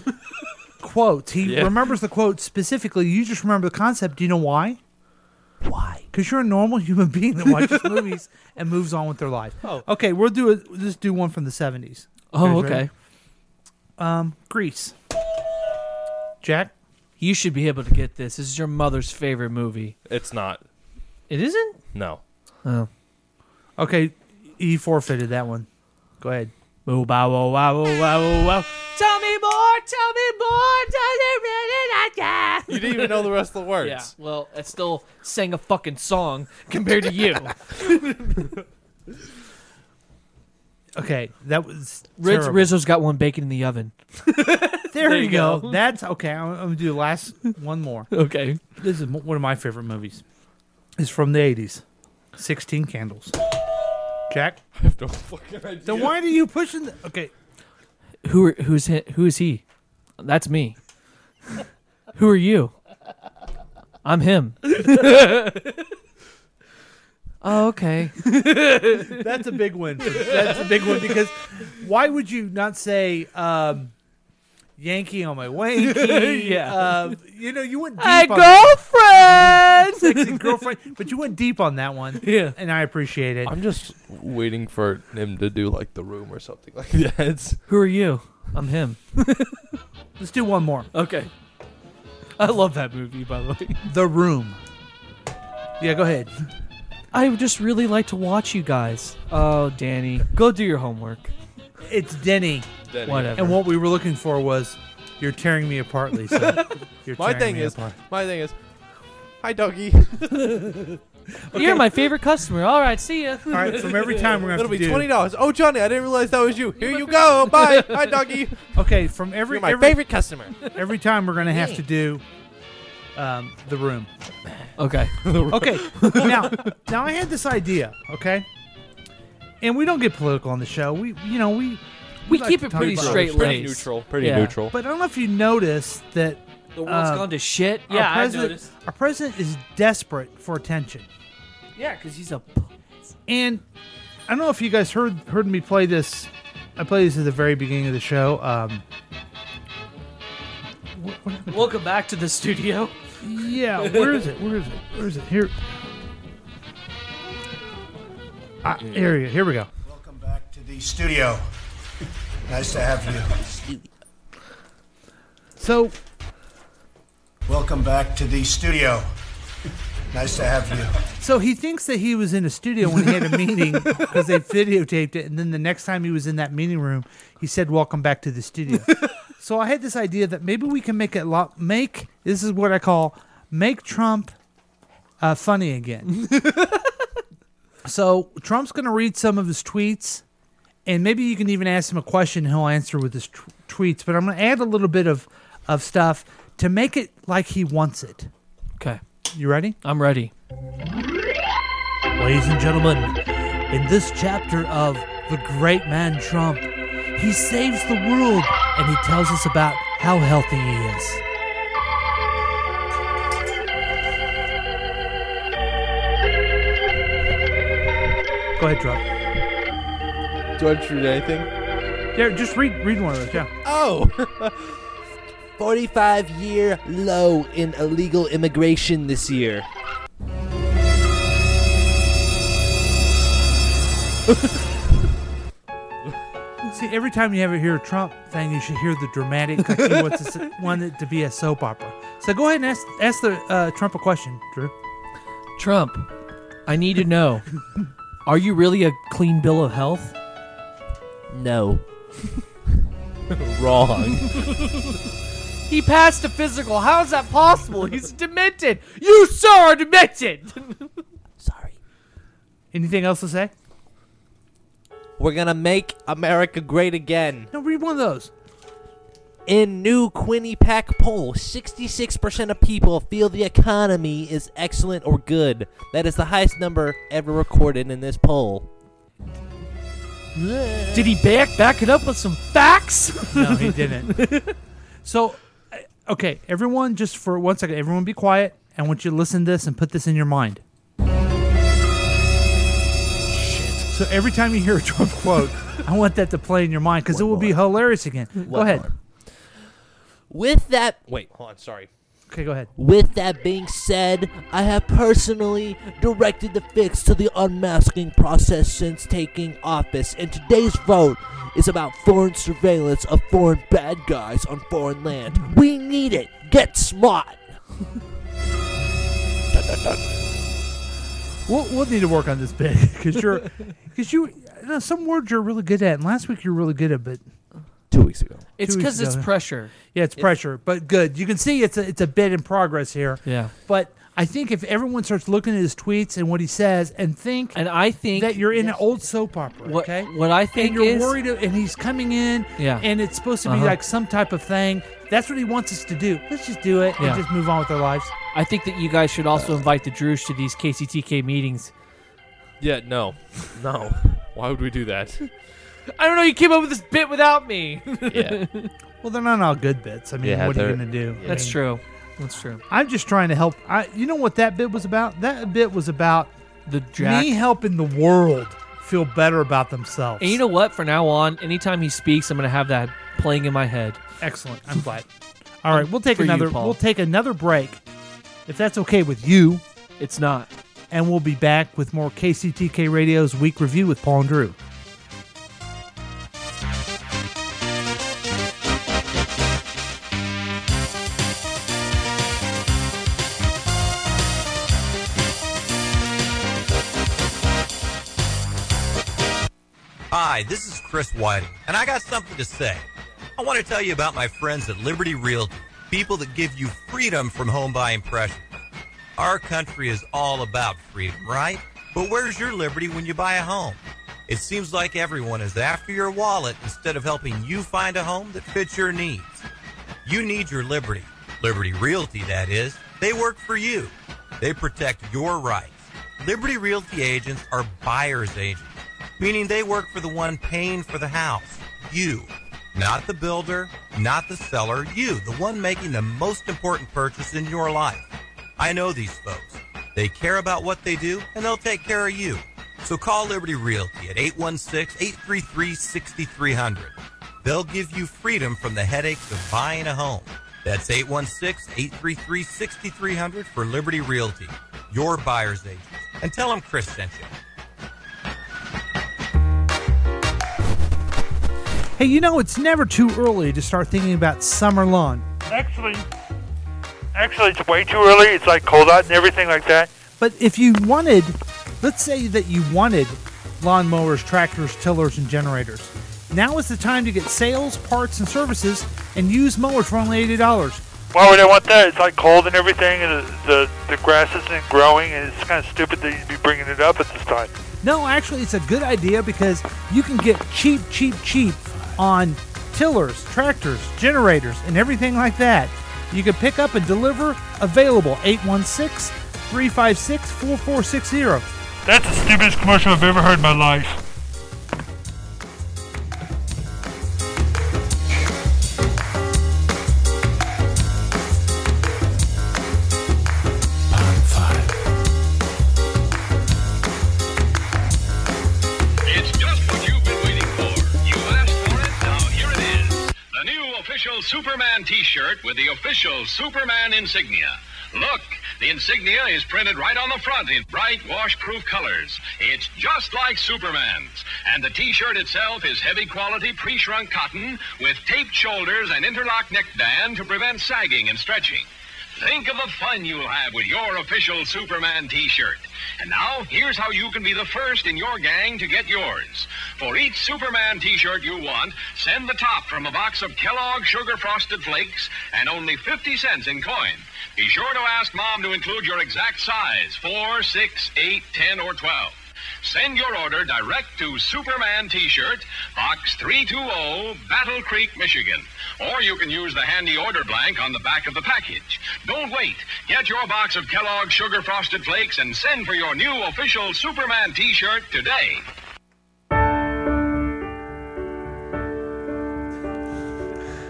S1: quotes. He
S12: Yeah.
S1: remembers the quote specifically. You just remember the concept. Do you know why? Why? Because you're a normal human being that watches movies and moves on with their life.
S13: Oh.
S1: Okay, we'll do a, just do one from the 70s.
S13: Oh,
S1: Guys ready?
S13: okay.
S1: Um, Greece. Jack,
S13: you should be able to get this. This is your mother's favorite movie.
S12: It's not.
S13: It isn't.
S12: No.
S13: Oh.
S1: Okay, he forfeited that one. Go ahead.
S13: Wow, wow, wow, wow, wow, wow. Tell me more. Tell me more. Does it really not yeah?
S12: You didn't even know the rest of the words.
S13: Yeah. Well, I still sang a fucking song compared to you.
S1: Okay, that was
S13: Riz-
S1: terrible.
S13: Rizzo's got one baking in the oven.
S1: There,
S13: There
S1: you
S13: you
S1: go.
S13: go.
S1: That's okay. I'm, I'm gonna do the last one more.
S13: Okay.
S1: This is m- one of my favorite movies. It's from the '80s. Sixteen Candles. Jack. I have no fucking idea. Then why do you pushing? The- okay.
S13: Who are, who's he, who is he? That's me. who are you? I'm him. oh, okay.
S1: That's a big win. for- That's a big one because why would you not say um, Yankee on my wanky?
S13: Yeah.
S1: Uh, you know, you went deep
S13: Hey,
S1: on that.
S13: girlfriend!
S1: Sexy girlfriend. But you went deep on that one.
S13: Yeah.
S1: And I appreciate it.
S12: I'm just waiting for him to do like the room or something like that. It's
S13: Who are you? I'm him.
S1: Let's do one more.
S13: Okay. I love that movie, by the way.
S1: The Room. Yeah, go ahead.
S13: I would just really like to watch you guys. Oh, Danny, go do your homework.
S1: It's Denny.
S12: Denny.
S13: Whatever.
S1: And what we were looking for was you're tearing me apart, Lisa. You're
S12: my
S1: tearing
S12: thing
S1: me
S12: is
S1: apart.
S12: my thing is. Hi, doggy.
S13: You're my favorite customer. All right, see ya.
S1: All right, from every time we're gonna
S12: It'll
S1: have to
S12: be
S1: do-
S12: twenty dollars. Oh, Johnny, I didn't realize that was you. Here you go. Bye. Hi, doggy.
S1: Okay, from every
S12: You're my
S1: every-
S12: favorite customer.
S1: Every time we're gonna have to do um, the room.
S13: Okay.
S1: Okay, now now I had this idea. Okay, and we don't get political on the show. We you know we
S13: We
S1: like
S13: keep
S1: to
S13: it
S1: talk
S13: pretty
S1: about-
S13: straight
S12: Pretty
S13: laced.
S12: neutral, pretty
S13: Yeah.
S12: neutral.
S1: But I don't know if you noticed that
S13: The world's
S1: um,
S13: gone to shit.
S1: our
S13: Yeah, I
S1: president-
S13: noticed.
S1: Our president is desperate for attention.
S13: Yeah, because he's a.
S1: And I don't know if you guys heard heard me play this. I played this at the very beginning of the show. Um,
S13: Welcome back to the studio.
S1: yeah, where is it? Where is it? Where is it? Here. I, Ah, area. Here we go.
S4: to the studio. Nice to have you.
S1: So,
S4: welcome back to the studio. Nice to have you.
S1: So he thinks that he was in a studio when he had a meeting because they videotaped it, and then the next time he was in that meeting room, he said, "Welcome back to the studio." so I had this idea that maybe we can make it lo- make this is what I call make Trump uh, funny again. so Trump's going to read some of his tweets, and maybe you can even ask him a question. He'll answer with his t- tweets, but I'm going to add a little bit of of stuff to make it like he wants it.
S13: Okay.
S1: You ready?
S13: I'm ready.
S16: Ladies and gentlemen, in this chapter of The Great Man Trump, he saves the world and he tells us about how healthy he is.
S1: Go ahead, Trump.
S12: Do I have to read anything?
S1: Yeah, just read read one of those. Yeah.
S23: Oh! 45 year low in illegal immigration this year.
S1: See, every time you ever hear a Trump thing, you should hear the dramatic. Like he wants to, want it to be a soap opera. So go ahead and ask ask the uh, Trump a question, Drew.
S13: Trump, I need to know are you really a clean bill of health?
S23: No. Wrong.
S13: He passed a physical. How is that possible? He's demented. You, sir, are demented. Anything else to say?
S23: We're gonna make America great again.
S1: No, read one of those.
S23: In new Quinnipiac poll, 66% of people feel the economy is excellent or good. That is the highest number ever recorded in this poll.
S13: Did he back back it up with some facts?
S1: No, he didn't. so, uh, okay, everyone, just for one second, everyone, be quiet. I want you to listen to this and put this in your mind. So every time you hear a Trump quote, I want that to play in your mind because it will be hilarious again. Go ahead.
S23: With that, wait, hold on, sorry.
S1: Okay, go ahead.
S23: With that being said, I have personally directed the fix to the unmasking process since taking office, and today's vote is about foreign surveillance of foreign bad guys on foreign land. We need it. Get smart.
S1: We'll, we'll need to work on this bit because you're because you no, some words you're really good at, and last week you were really good at, but
S23: two weeks ago,
S13: It's 'cause it's pressure.
S1: Yeah, it's
S13: It-
S1: pressure, but good. You can see it's a, it's a bit in progress here.
S13: Yeah.
S1: but I think if everyone starts looking at his tweets and what he says, and think
S13: and I think
S1: that you're in an old soap opera.
S13: What-
S1: okay,
S13: what I
S1: and
S13: think
S1: you're
S13: is-
S1: worried, and he's coming in.
S13: Yeah.
S1: and it's supposed to be
S13: Uh-huh.
S1: like some type of thing. That's what he wants us to do. Let's just do it
S13: Yeah.
S1: and just move on with our lives.
S13: I think that you guys should also invite the Druze to these KCTK meetings.
S12: Yeah, no. No. Why would we do that?
S13: I don't know. You came up with this bit without me.
S12: Yeah.
S1: Well, they're not all good bits. I mean,
S12: Yeah,
S1: what are you
S12: they're-
S1: going to do?
S12: yeah.
S13: That's
S1: I mean,
S13: true. That's true.
S1: I'm just trying to help. I, you know what that bit was about? That bit was about
S13: the Jack-
S1: me helping the world feel better about themselves.
S13: And you know what? For now on, anytime he speaks, I'm gonna have that playing in my head.
S1: Excellent. I'm glad. All right, we'll take
S13: For you,
S1: another.
S13: Paul.
S1: we'll take another break, if that's okay with you.
S13: It's not.
S1: And we'll be back with more KCTK Radio's week review with Paul and Drew.
S24: Hi, this is Chris Whiting, and I got something to say. I want to tell you about my friends at Liberty Realty, people that give you freedom from home buying pressure. Our country is all about freedom, right? But where's your liberty when you buy a home? It seems like everyone is after your wallet instead of helping you find a home that fits your needs. You need your liberty. Liberty Realty, that is. They work for you. They protect your rights. Liberty Realty agents are buyer's agents, meaning they work for the one paying for the house, you. Not the builder, not the seller, you, the one making the most important purchase in your life. I know these folks. They care about what they do, and they'll take care of you. So call Liberty Realty at 816 833 6300. They'll give you freedom from the headaches of buying a home. That's 816 833 6300 for Liberty Realty, your buyer's agent. And tell them Chris sent you.
S1: Hey, you know, it's never too early to start thinking about summer lawn.
S19: Actually, actually, it's way too early. It's like cold out and everything like that.
S1: But if you wanted, let's say that you wanted lawnmowers, tractors, tillers, and generators. Now is the time to get sales, parts, and services and use mowers for only $80.
S19: Why would I want that? It's like cold and everything, and the the, the grass isn't growing, and it's kind of stupid that you'd be bringing it up at this time.
S1: No, actually, it's a good idea because you can get cheap, cheap, cheap on tillers, tractors, generators, and everything like that. You can pick up and deliver available 816 356 4460.
S19: That's the stupidest commercial I've ever heard in my life.
S3: It's just what you've been waiting for. You asked for it, now here it is. The new official Superman t shirt with the official Superman insignia. Look, the insignia is printed right on the front in bright washproof colors. It's just like Superman's. And the t shirt itself is heavy quality pre shrunk cotton with taped shoulders and interlock neckband to prevent sagging and stretching. Think of the fun you'll have with your official Superman t shirt. And now, here's how you can be the first in your gang to get yours. For each Superman t shirt you want, send the top from a box of Kellogg Sugar Frosted Flakes and only 50 cents in coin. Be sure to ask Mom to include your exact size 4, 6, 8, 10, or 12. Send your order direct to Superman T shirt, Box 320, Battle Creek, Michigan. Or you can use the handy order blank on the back of the package. Don't wait. Get your box of Kellogg's Sugar Frosted Flakes and send for your new official Superman T shirt today.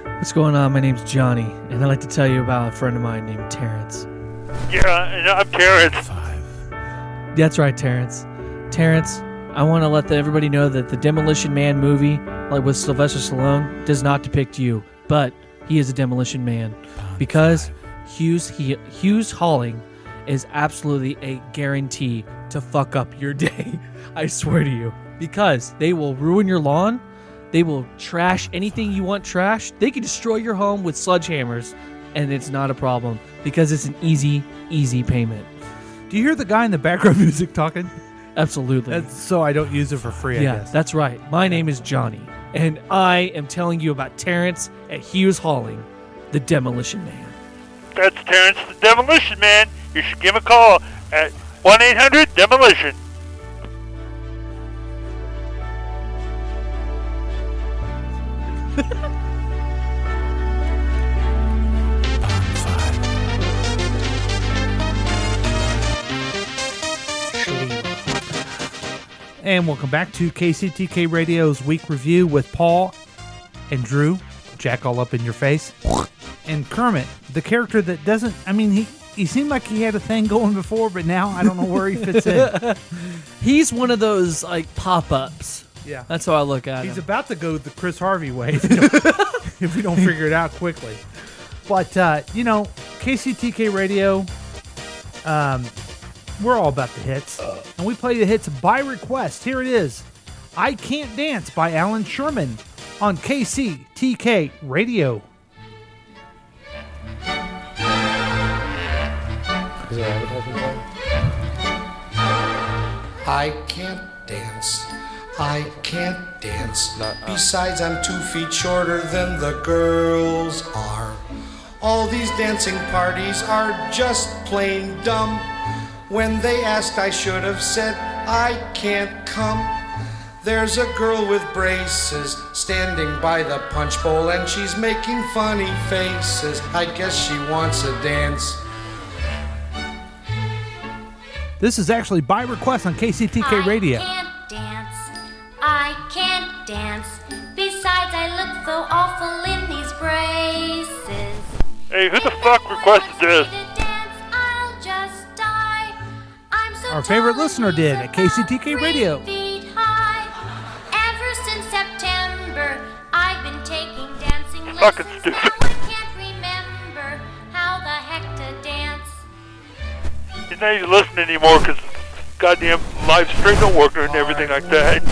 S13: What's going on? My name's Johnny, and I'd like to tell you about a friend of mine named Terrence.
S19: Yeah, and I'm Terrence.
S13: That's right, Terrence. Terrence, I want to let the, everybody know that the Demolition Man movie, like with Sylvester Stallone, does not depict you, but he is a Demolition Man because Hughes he, Hughes Hauling is absolutely a guarantee to fuck up your day. I swear to you, because they will ruin your lawn, they will trash anything you want trashed. They can destroy your home with sledgehammers, and it's not a problem because it's an easy, easy payment.
S1: Do you hear the guy in the background music talking?
S13: Absolutely.
S1: so I don't use it for free, I
S13: yeah,
S1: guess.
S13: that's right. My name is Johnny, and I am telling you about Terrence at Hughes Hauling, the Demolition Man.
S19: That's Terrence the Demolition Man. You should give him a call at 1 800 Demolition.
S1: And welcome back to KCTK Radio's week review with Paul and Drew, Jack all up in your face, and Kermit, the character that doesn't, I mean, he, he seemed like he had a thing going before, but now I don't know where he fits in.
S13: He's one of those like pop ups.
S1: Yeah.
S13: That's how I look at
S1: He's
S13: him.
S1: about to go the Chris Harvey way if we don't, if we don't figure it out quickly. But, uh, you know, KCTK Radio, um, we're all about the hits. And we play the hits by request. Here it is I Can't Dance by Alan Sherman on KCTK Radio.
S25: Is there advertising I can't dance. I can't dance. uh, Besides, I'm two feet shorter than the girls are. All these dancing parties are just plain dumb. When they asked, I should have said, I can't come. There's a girl with braces standing by the punch bowl and she's making funny faces. I guess she wants a dance.
S1: This is actually by request on KCTK Radio.
S26: can't dance. I can't dance. Besides, I look so awful in these braces.
S19: Hey, who the fuck requested this?
S26: I'll just die. I'm so
S1: Our favorite listener did at KCTK Radio.
S26: feet high. Ever since September, I've been taking dancing lessons.
S19: Fucking stupid.
S26: Remember how the heck to dance.
S19: He's not even listening anymore because goddamn live stream don't work and everything like that.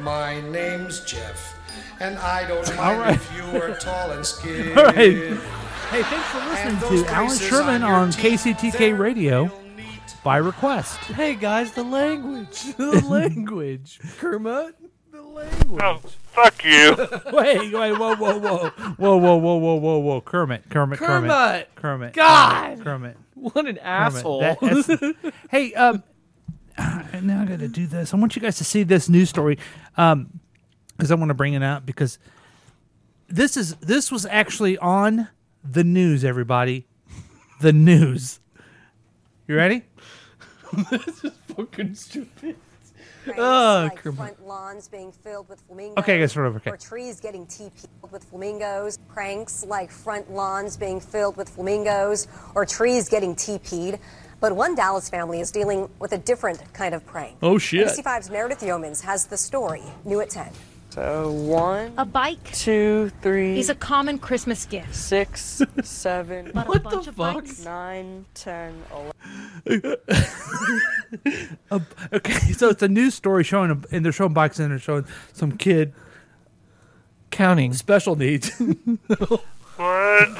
S25: My name's Jeff, And I don't mind
S1: All right.
S25: if you are tall and skinny.
S1: All right. Hey, thanks for listening to Alan Sherman on KCTK Radio by request.
S13: Hey guys, the language, the language, Kermit, the language.
S1: Oh,
S19: fuck you.
S1: wait, wait, whoa, whoa, whoa, whoa, whoa, whoa, whoa, whoa, whoa, Kermit, Kermit, Kermit,
S13: Kermit.
S1: Kermit,
S13: God.
S1: Kermit.
S13: What an
S1: Kermit.
S13: asshole.
S1: That- that's- hey, um, now I got to do this. I want you guys to see this news story, um, because I want to bring it out because this is this was actually on the news. Everybody, the news. You ready?
S13: this is fucking stupid. Oh,
S14: like
S13: Kermit.
S14: front lawns being filled with flamingos.
S1: Okay, I guess we're over, okay.
S14: Or trees getting TP'd with flamingos. Pranks like front lawns being filled with flamingos or trees getting TP'd. But one Dallas family is dealing with a different kind of prank.
S27: Oh, shit.
S14: 65's Meredith Yeomans has the story. New at 10.
S27: So one, a bike, two, three.
S14: These are
S27: common Christmas gift. Six, seven.
S14: What the
S27: bunch of
S14: fuck?
S27: bikes. Nine, ten, eleven.
S1: Okay, so it's a news story showing, a, and they're showing bikes, and they're showing some kid counting special needs.
S19: One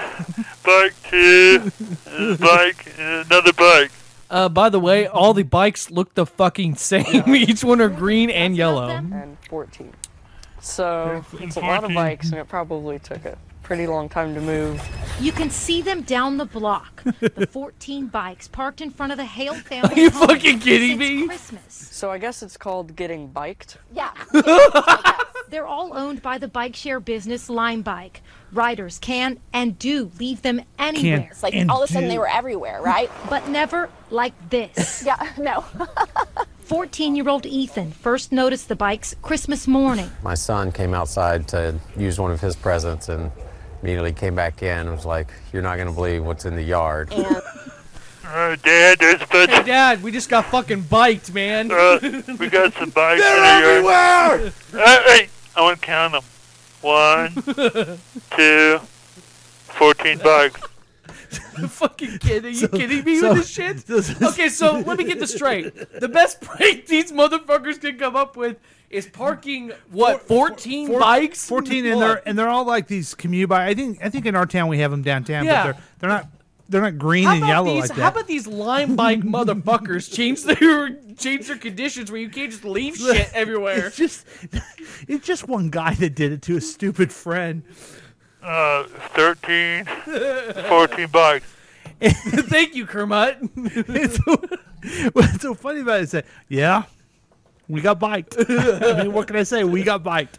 S19: bike, two uh, bike, uh, another bike.
S13: Uh, by the way, all the bikes look the fucking same. Each one are green and yellow.
S27: And fourteen. So
S13: Thirteen,
S27: it's a lot of
S13: fourteen.
S27: bikes, and it probably took a pretty long time to move.
S5: You can see them down the block. The 14 bikes parked in front of the Hale family. home since Christmas.
S27: So I guess it's called getting biked.
S5: Yeah. They're all owned by the bike share business Lime Bike. Riders can and do leave them anywhere.
S27: It's like and all of a sudden they do. were
S5: everywhere, right? But never like this. yeah, no. 14 year old Ethan first noticed the bikes Christmas morning.
S28: My son came outside to use one of his presents and immediately came back in and was like, You're not going to believe what's in the yard.
S19: Uh, Dad, there's a bunch.
S13: Hey, Dad, we just got fucking biked, man.
S19: Uh, we got some bikes
S13: They're
S19: in the yard.
S13: everywhere!
S19: Uh, hey, I want to count them. One, two, fourteen bikes.
S13: fucking kid, are you kidding me
S7: so-
S13: with this shit? okay, so let me get this straight. The best prank these motherfuckers can come up with is parking what 14
S1: Four-
S13: bikes,
S1: fourteen, and
S13: What?
S1: they're and they're all like these commute bike. I think I think in our town we have them downtown,
S13: Yeah.
S1: but they're they're not they're not green
S13: How
S1: and
S13: about
S1: yellow
S13: these,
S1: like
S13: How
S1: that.
S13: about these lime bike motherfuckers change their change their conditions where you can't just leave shit everywhere?
S1: It's just it's just one guy that did it to a stupid friend.
S19: Uh, 13, 14 bikes.
S13: Thank you, Kermit.
S1: it's, so- what's so funny about it is that yeah, we got biked. I mean, what can I say? We got biked.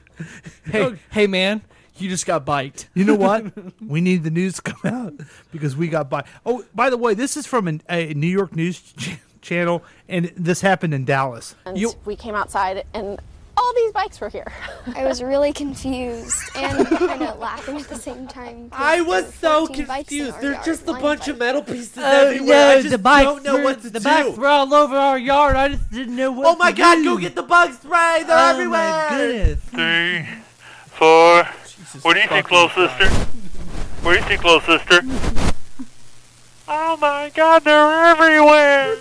S13: Hey, hey, man, you just got biked.
S1: You know what? we need the news to come out because we got by. Oh, by the way, this is from an, a New York news ch- channel, and this happened in Dallas.
S29: And we came outside and all these bikes were here. I was really confused and kind of laughing at the same time.
S18: I was so confused. There's just a bunch of metal pieces
S7: Oh,
S18: everywhere. I just don't know what to
S16: the
S18: do.
S16: bikes were all over our yard. I just didn't know what
S18: oh my
S16: to
S18: god,
S16: do.
S18: go get the bug spray. They're
S16: Oh
S18: everywhere.
S16: my goodness.
S19: Three, four. What do you think, little sister? What do you think, little sister? Oh my god, they're everywhere!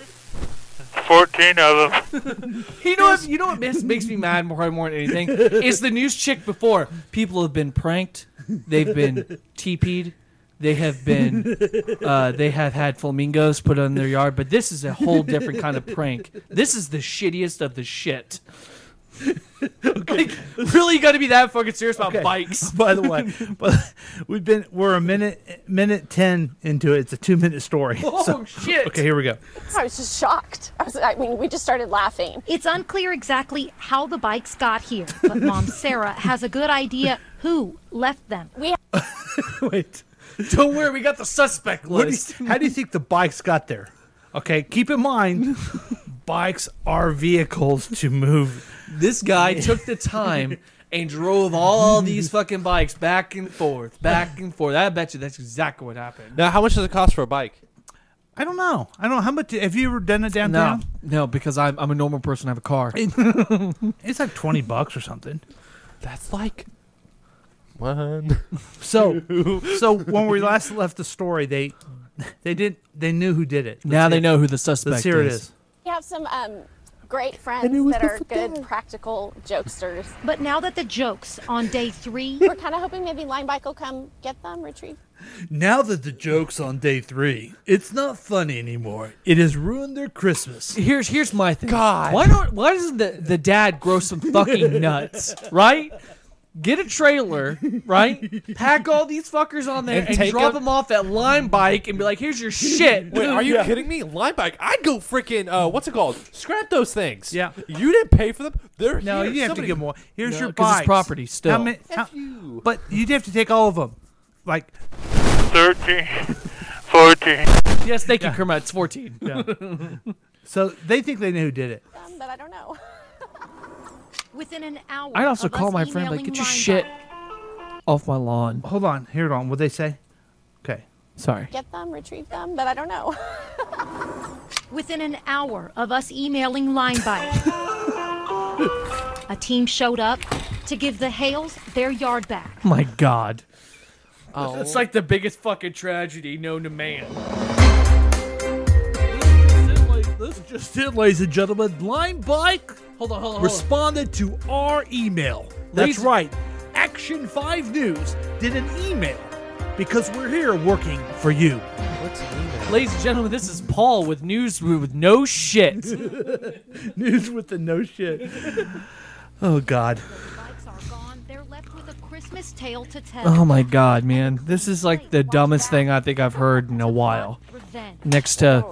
S19: 14 of them.
S13: You know what? You know what makes, makes me mad more more than anything is the news chick before. People have been pranked. They've been TP'd. They have been. Uh, they have had flamingos put on their yard. But this is a whole different kind of prank. This is the shittiest of the shit. Like, really, you got to be that fucking serious about bikes?
S1: By the way, but we've been we're a minute minute ten into it. It's a two minute story.
S29: Oh, shit.
S1: Okay, here we go.
S29: I was just shocked. I, was, I mean, we just started laughing.
S5: It's unclear exactly how the bikes got here, but Mom Sarah has a good idea who left them. We
S1: Wait.
S13: Don't worry, we got the suspect
S1: What do you-
S13: list.
S1: how do you think the bikes got there? Okay, keep in mind, bikes are vehicles to move.
S13: This guy took the time and drove all these fucking bikes back and forth, back and forth. I bet you that's exactly what happened.
S12: Now, how much does it cost for a bike?
S1: I don't know. I don't know how much. Have you ever done it
S13: No,
S1: downtown?
S13: no, because I'm I'm a normal person. I have a car.
S1: It's like twenty bucks or something.
S12: That's like one.
S1: So, so when we last left the story, they they didn't they knew who did it.
S13: Now
S1: Let's
S13: they
S1: hear-
S13: know who the suspect
S1: Let's hear
S13: is.
S1: it is.
S29: We have some um, great friends
S5: was
S29: that
S5: the
S29: are good, practical jokesters.
S5: But now that the joke's on day three,
S29: We're kind of hoping maybe Line Bike will come get them, retrieve.
S1: Now that the joke's on day three, it's not funny anymore. It has ruined their Christmas.
S13: Here's here's my thing. God, why don't why doesn't the, the dad grow some fucking nuts, right? Get a trailer, right? Pack all these fuckers on there
S18: And
S13: and,
S18: take
S13: drop
S18: 'em-
S13: them off at Lime Bike and be like, "Here's your shit."
S18: Wait, are you
S13: Yeah.
S18: kidding me? Line bike. I'd go freaking. Uh, what's it called? Scrap those things. Yeah. You didn't pay for them. They're
S1: No,
S18: here.
S1: you have to
S18: Somebody-
S1: give more. Here's
S18: No,
S1: your
S18: 'cause it's
S1: bikes.
S18: property
S1: How
S18: still.
S1: ma- how- But you'd have to take all of them. Like
S19: 13, 14.
S13: Yes, thank you, Kermit. It's fourteen.
S1: so they think they know who did it.
S29: Them, but I don't know.
S5: within an hour,
S13: I'd also
S5: of
S13: call
S5: us
S13: my friend like,
S5: emailing
S13: "Get your
S5: Line
S13: shit
S5: Bike-
S13: off my lawn."
S1: Hold on. Hold on. What they say? Okay.
S13: Sorry.
S29: Get them, retrieve them, but I don't know.
S5: Within an hour of us emailing Line Bike, a team showed up to give the Hales their yard back.
S13: My God.
S5: Oh.
S13: It's like the biggest fucking tragedy known to man.
S1: This just it, ladies and gentlemen. Line Bike
S13: Hold on, hold on. Hold on.
S1: responded to our email. That's
S13: Ladies-
S1: right. Action 5 News did an email because we're here working for you.
S13: Ladies and gentlemen, this is Paul with news with no shit.
S1: News with the no shit. Oh, God.
S5: They're left with a Christmas tale to tell.
S13: Oh my god, man. This is like the dumbest thing I think I've heard in a while. Next to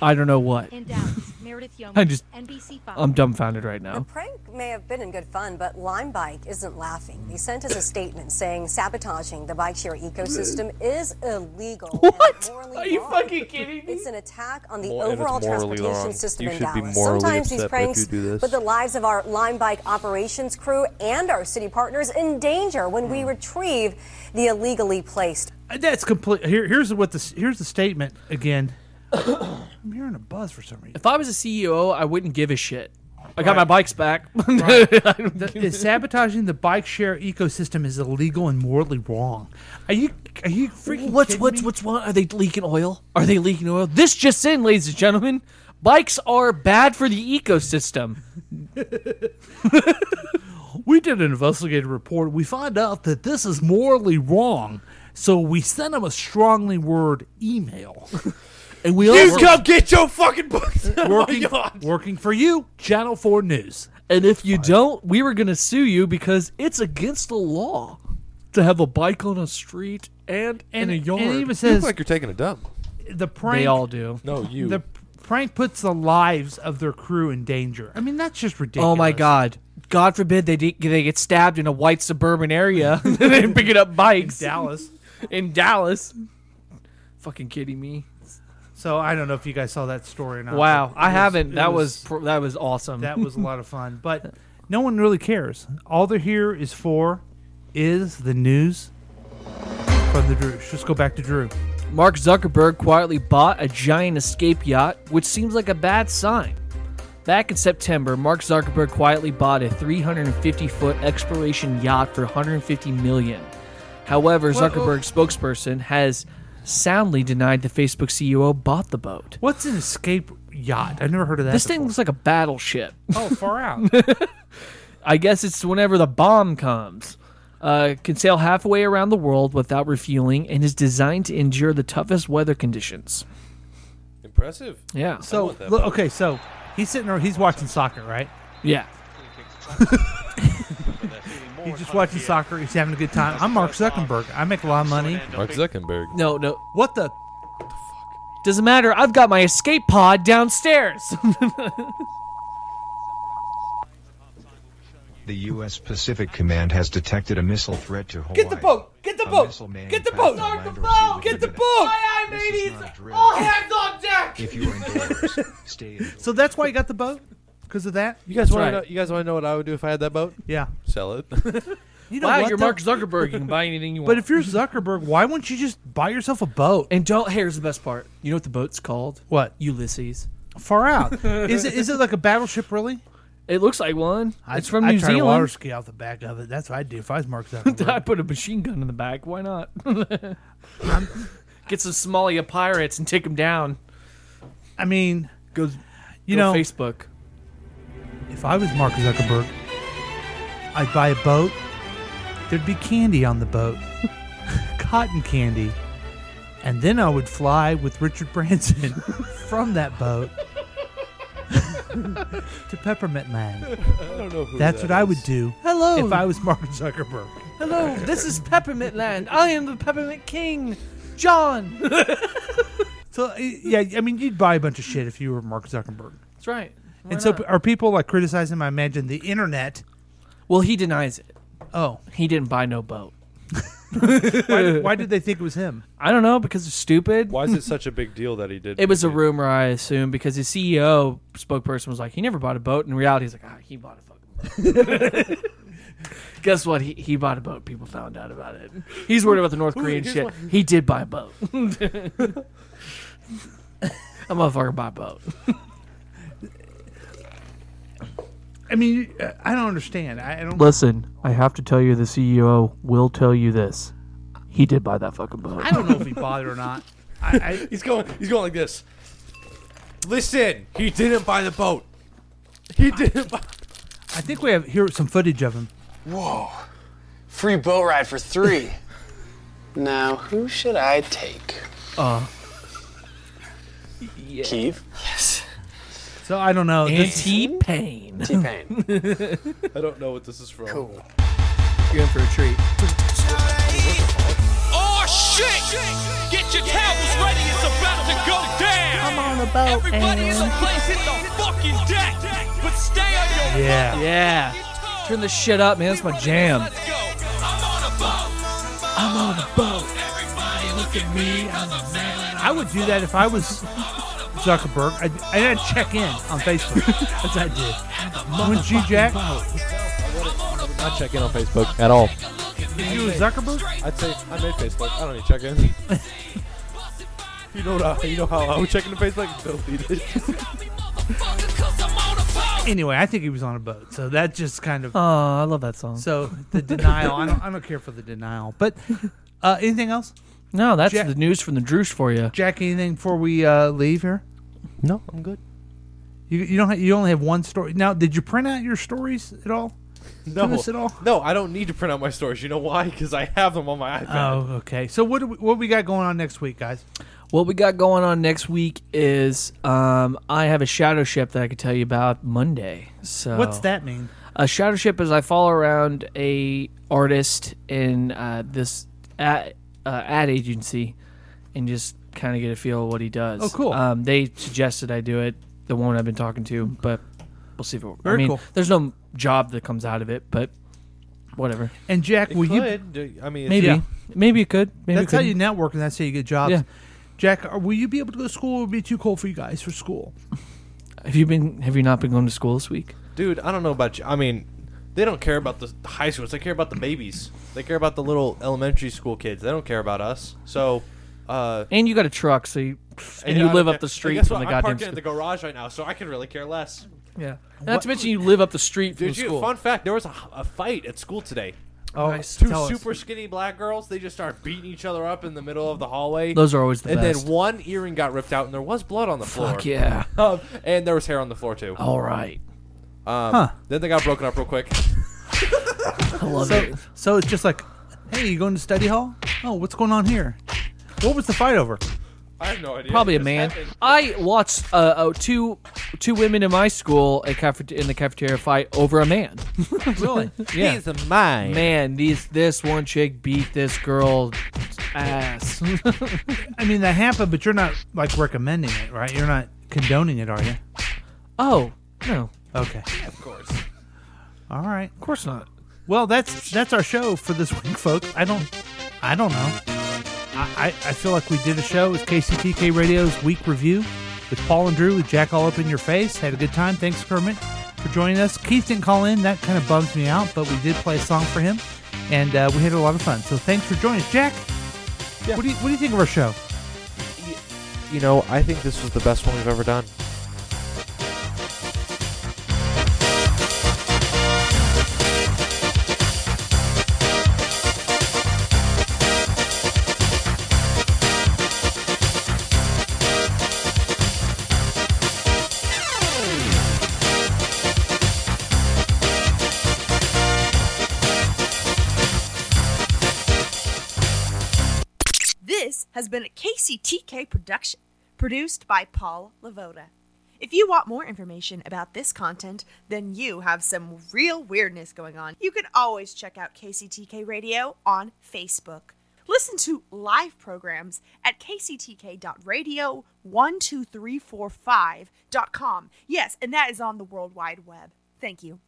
S13: I don't know what.
S14: In Dallas, Meredith Yeoman,
S13: I just
S14: NBC5.
S13: I'm dumbfounded right now.
S14: prank may have been in good fun, but Lime Bike isn't laughing. They sent us a statement saying sabotaging the bike share ecosystem is illegal. What? Are
S13: you fucking kidding
S14: me? It's an attack on the
S24: Mor- and it's
S14: overall
S24: morally
S14: transportation
S24: wrong.
S14: system
S24: You
S14: in
S24: should be
S14: Dallas.
S24: morally
S14: Sometimes these
S24: upset if you
S14: pranks
S24: do this.
S14: put the lives of our Lime Bike operations crew and our city partners in danger when
S24: Hmm.
S14: we retrieve the illegally placed.
S1: That's complete. Here, here's what the here's the statement again. I'm hearing a buzz for some reason.
S13: If I was a CEO, I wouldn't give a shit. I got my
S1: Right.
S13: bikes back.
S1: The- the sabotaging the bike share ecosystem is illegal and morally wrong. Are you are you freaking
S13: what's
S1: kidding
S13: what's
S1: me?
S13: what's wrong? Are they leaking oil? Are they leaking oil? This just in, ladies and gentlemen, bikes are bad for the ecosystem.
S1: We did an investigative report. We find out that this is morally wrong, so we sent them a strongly worded email. And we
S18: You
S1: also-
S18: come get your fucking books.
S1: working, working for you, Channel Four News.
S13: And if you don't, we were gonna sue you because it's against the law to have a bike on a street and in
S1: And-
S13: a yard.
S1: and it even says-
S18: like you're taking a dump.
S1: The prank.
S13: They all do.
S18: No, you.
S1: The prank puts the lives of their crew in danger. I mean, that's just ridiculous.
S13: Oh my God! God forbid they de- they get stabbed in a white suburban area and they picking up bikes
S1: Dallas.
S13: in Dallas. Fucking kidding me!
S1: So I don't know if you guys saw that story or not.
S13: Wow,
S1: but
S13: I
S1: it
S13: haven't.
S1: it
S13: that was, pr that was awesome.
S1: that was a lot of fun, but no one really cares. All they're here is for is the news from the Drew. Just go back to Drew.
S13: Mark Zuckerberg quietly bought a giant escape yacht, which seems like a bad sign. Back in September, Mark Zuckerberg quietly bought a 350-foot exploration yacht for 150 million. However,
S1: Well, oh.
S13: Zuckerberg's spokesperson has soundly denied the Facebook CEO bought the boat.
S1: What's an escape yacht? I've never heard of that.
S13: This thing looks like a battleship.
S1: oh, far out.
S13: I guess it's whenever the bomb comes. Uh, can sail halfway around the world without refueling and is designed to endure the toughest weather conditions.
S18: Impressive.
S13: Yeah.
S1: So look, okay, so he's sitting there. He's watching soccer, right?
S13: Yeah.
S1: He's just watching soccer. He's having a good time. I'm Mark Zuckerberg. I make a lot of money.
S12: Mark Zuckerberg.
S13: No, no.
S1: What the?
S13: Doesn't matter. I've got my escape pod downstairs.
S2: The U.S. Pacific Command has detected a missile threat to Hawaii.
S18: Get the boat. Get the
S2: A
S18: boat.
S2: missile man
S18: Get the
S2: passed
S18: boat.
S2: the
S18: Start the
S2: land or sea
S18: boat.
S2: with
S18: Get the
S2: imminent-
S18: boat. Aye, aye,
S2: This is not a drill.
S18: on deck.
S2: If you are indoors, stay indoors.
S1: So that's why he got the boat because of that.
S18: You guys
S13: That's
S18: want
S13: right.
S18: to know? You guys want to know what I would do if I had that boat?
S1: Yeah.
S18: Sell it.
S1: You
S13: wow,
S1: what,
S13: you're
S1: though?
S13: Mark Zuckerberg. You can buy anything you want.
S1: But if you're Zuckerberg, why wouldn't you just buy yourself a boat?
S13: and don't. Here's the best part. You know what the boat's called?
S1: What?
S13: Ulysses.
S1: Far out. is it is it like a battleship really?
S13: It looks like one. it's from
S1: I
S13: New
S1: try to
S13: Zealand.
S1: water ski out the back of it. That's what I'd do if I was Mark Zuckerberg.
S13: I put a machine gun in the back. Why not? Get some Somalia pirates and take them down.
S1: I mean,
S13: Goes.
S1: You
S13: Go
S1: know,
S13: Facebook.
S1: If I was Mark Zuckerberg, I'd buy a boat. There'd be candy on the boat, cotton candy, and then I would fly with Richard Branson from that boat to Peppermint Land.
S12: don't know who
S1: That's
S12: that
S1: what I
S12: is.
S1: would do.
S13: Hello.
S1: If I was Mark Zuckerberg.
S13: Hello, this is Peppermint Land. I am the Peppermint King, John.
S1: So y- yeah, I mean, you'd buy a bunch of shit if you were Mark Zuckerberg.
S13: That's right. Why
S1: and so,
S13: not?
S1: p- are people like criticizing? him? I imagine the internet.
S13: Well, he denies it.
S1: Oh,
S13: he didn't buy no boat.
S1: why, why did they think it was him?
S13: I don't know because they're stupid.
S12: Why is it such a big deal that he did?
S13: It was a rumor, I assume, because his CEO spokesperson was like, he never bought a boat. In reality, he's like, ah, he bought a fucking boat. Guess what? He, he bought a boat. People found out about it. He's worried about the North
S18: Who-
S13: Korean
S18: here's
S13: shit.
S18: what-
S13: He did buy a boat. A motherfucker bought a boat.
S1: I mean, you- I don't understand. I, I don't
S13: Listen, I have to tell you, the CEO will tell you this. He did buy that fucking boat.
S1: I don't know if he bought it or not. I, I,
S12: he's going. He's going like this. Listen, he didn't buy the boat. He didn't. Buy-
S1: I think we have here some footage of him.
S15: Whoa. Free boat ride for three. now, who should I take?
S1: Uh,
S15: Keith? Yes.
S1: so I don't know. This-
S13: Pain.
S15: T Pain.
S12: I don't know what this is from.
S15: Cool.
S13: You're in for a treat.
S7: Oh shit! Get your towels ready, it's about to go down. I'm on the boat. Everybody in the place hit the fucking deck, but stay on your
S1: Yeah.
S13: Yeah. Turn this shit up, man. That's my jam.
S7: I'm on a boat. Everybody look at me. I'm a man.
S1: I would do that if I was Zuckerberg. I'd, I'd check in on Facebook. That's what I did. Wouldn't you, Jack?
S12: Not check in on Facebook at all.
S1: If you were Zuckerberg?
S12: I'd say I made Facebook. I don't need to check in. you know what? I, you know how I would check into Facebook? Delete it.
S1: Anyway, I think he was on a boat, so that just kind of.
S13: Aw, I love that song.
S1: So the denial, I don't, I don't care for the denial. But uh, anything else?
S13: No, that's the news from the Droosh for you.
S1: Jack, anything before we uh, leave here?
S12: No, I'm good.
S1: You, you don't have, you only have one story now. Did you print out your stories at all?
S12: No,
S1: to us at all?
S12: no, I don't need to print out my stories. You know why? Because I have them on my iPad.
S1: Oh, okay. So what do we, what we got going on next week, guys?
S13: What we got going on next week is um, I have a shadow ship that I could tell you about Monday. So
S1: What's that mean?
S13: A shadow ship is I follow around a artist in uh, this ad, uh, ad agency and just kind of get a feel of what he does.
S1: Oh, cool.
S13: Um, they suggested I do it. The woman I've been talking to, but we'll see if it. I
S1: Very
S13: mean,
S1: cool.
S13: there's no job that comes out of it, but whatever.
S1: And Jack,
S12: It
S1: will
S12: could.
S1: you?
S12: I mean, it's-
S13: Maybe,
S1: Yeah.
S13: maybe it could. Maybe it
S1: that's how
S13: couldn't.
S1: you network, and that's how you get jobs.
S13: Yeah.
S1: Jack, are, will you be able to go to school? Or would it be too cold for you guys for school?
S13: Have you been? Have you not been going to school this week?
S12: Dude, I don't know about you. I mean, they don't care about the high schools. They care about the babies. They care about the little elementary school kids. They don't care about us. So, uh,
S13: And you got a truck, so you,
S12: I
S13: and, you
S12: don't
S13: live
S12: care.
S13: up the
S12: And
S13: street
S12: guess
S13: from the
S12: what? I'm
S13: goddamn
S12: parking
S13: school.
S12: at the garage right now, so I can really care less.
S13: yeah. Not to mention you live up the street from
S12: Dude,
S13: the
S12: you-
S13: school.
S12: fun fact: there was a, a fight at school today.
S1: Oh,
S12: Two super skinny black girls. They just start beating each other up in the middle of the hallway.
S13: Those are always the
S12: and
S13: best.
S12: then one earring got ripped out, and there was blood on the floor.
S13: Fuck yeah.
S12: Um, and there was hair on the floor too.
S13: All right.
S12: Um,
S1: Huh.
S12: Then they got broken up real quick.
S13: I love
S1: so,
S13: it.
S1: So it's just like, hey, you going to study hall? Oh, what's going on here? What was the fight over?
S12: I have no idea.
S13: Probably
S12: It
S13: a
S12: just
S13: man.
S12: happened.
S13: I watched uh, uh, two two women in my school at cafe- in the cafeteria fight over a man.
S1: really?
S13: Yeah.
S12: He's a man.
S13: Man, these this one chick beat this girl ass.
S1: I mean, that happened, but you're not like recommending it, right? You're not condoning it, are you?
S13: oh no,
S1: Okay.
S12: Of course.
S1: All right. Of
S13: course not.
S1: Well, that's that's our show for this week, folks. I don't, I don't know. I, I I feel like we did a show. It's KCTK Radio's week review with Paul and Drew with Jack all up in your face. Had a good time. Thanks, Kermit, for joining us. Keith didn't call in. That kind of bums me out, but we did play a song for him, and uh, we had a lot of fun. So thanks for joining us, Jack. What do you what do you think of our show?
S12: You know, I think this was the best one we've ever done.
S10: has been a KCTK production produced by Paul Lavoda. If you want more information about this content, then you have some real weirdness going on. You can always check out KCTK Radio on Facebook. Listen to live programs at kctk.radio12345.com. Yes, and that is on the World Wide Web. Thank you.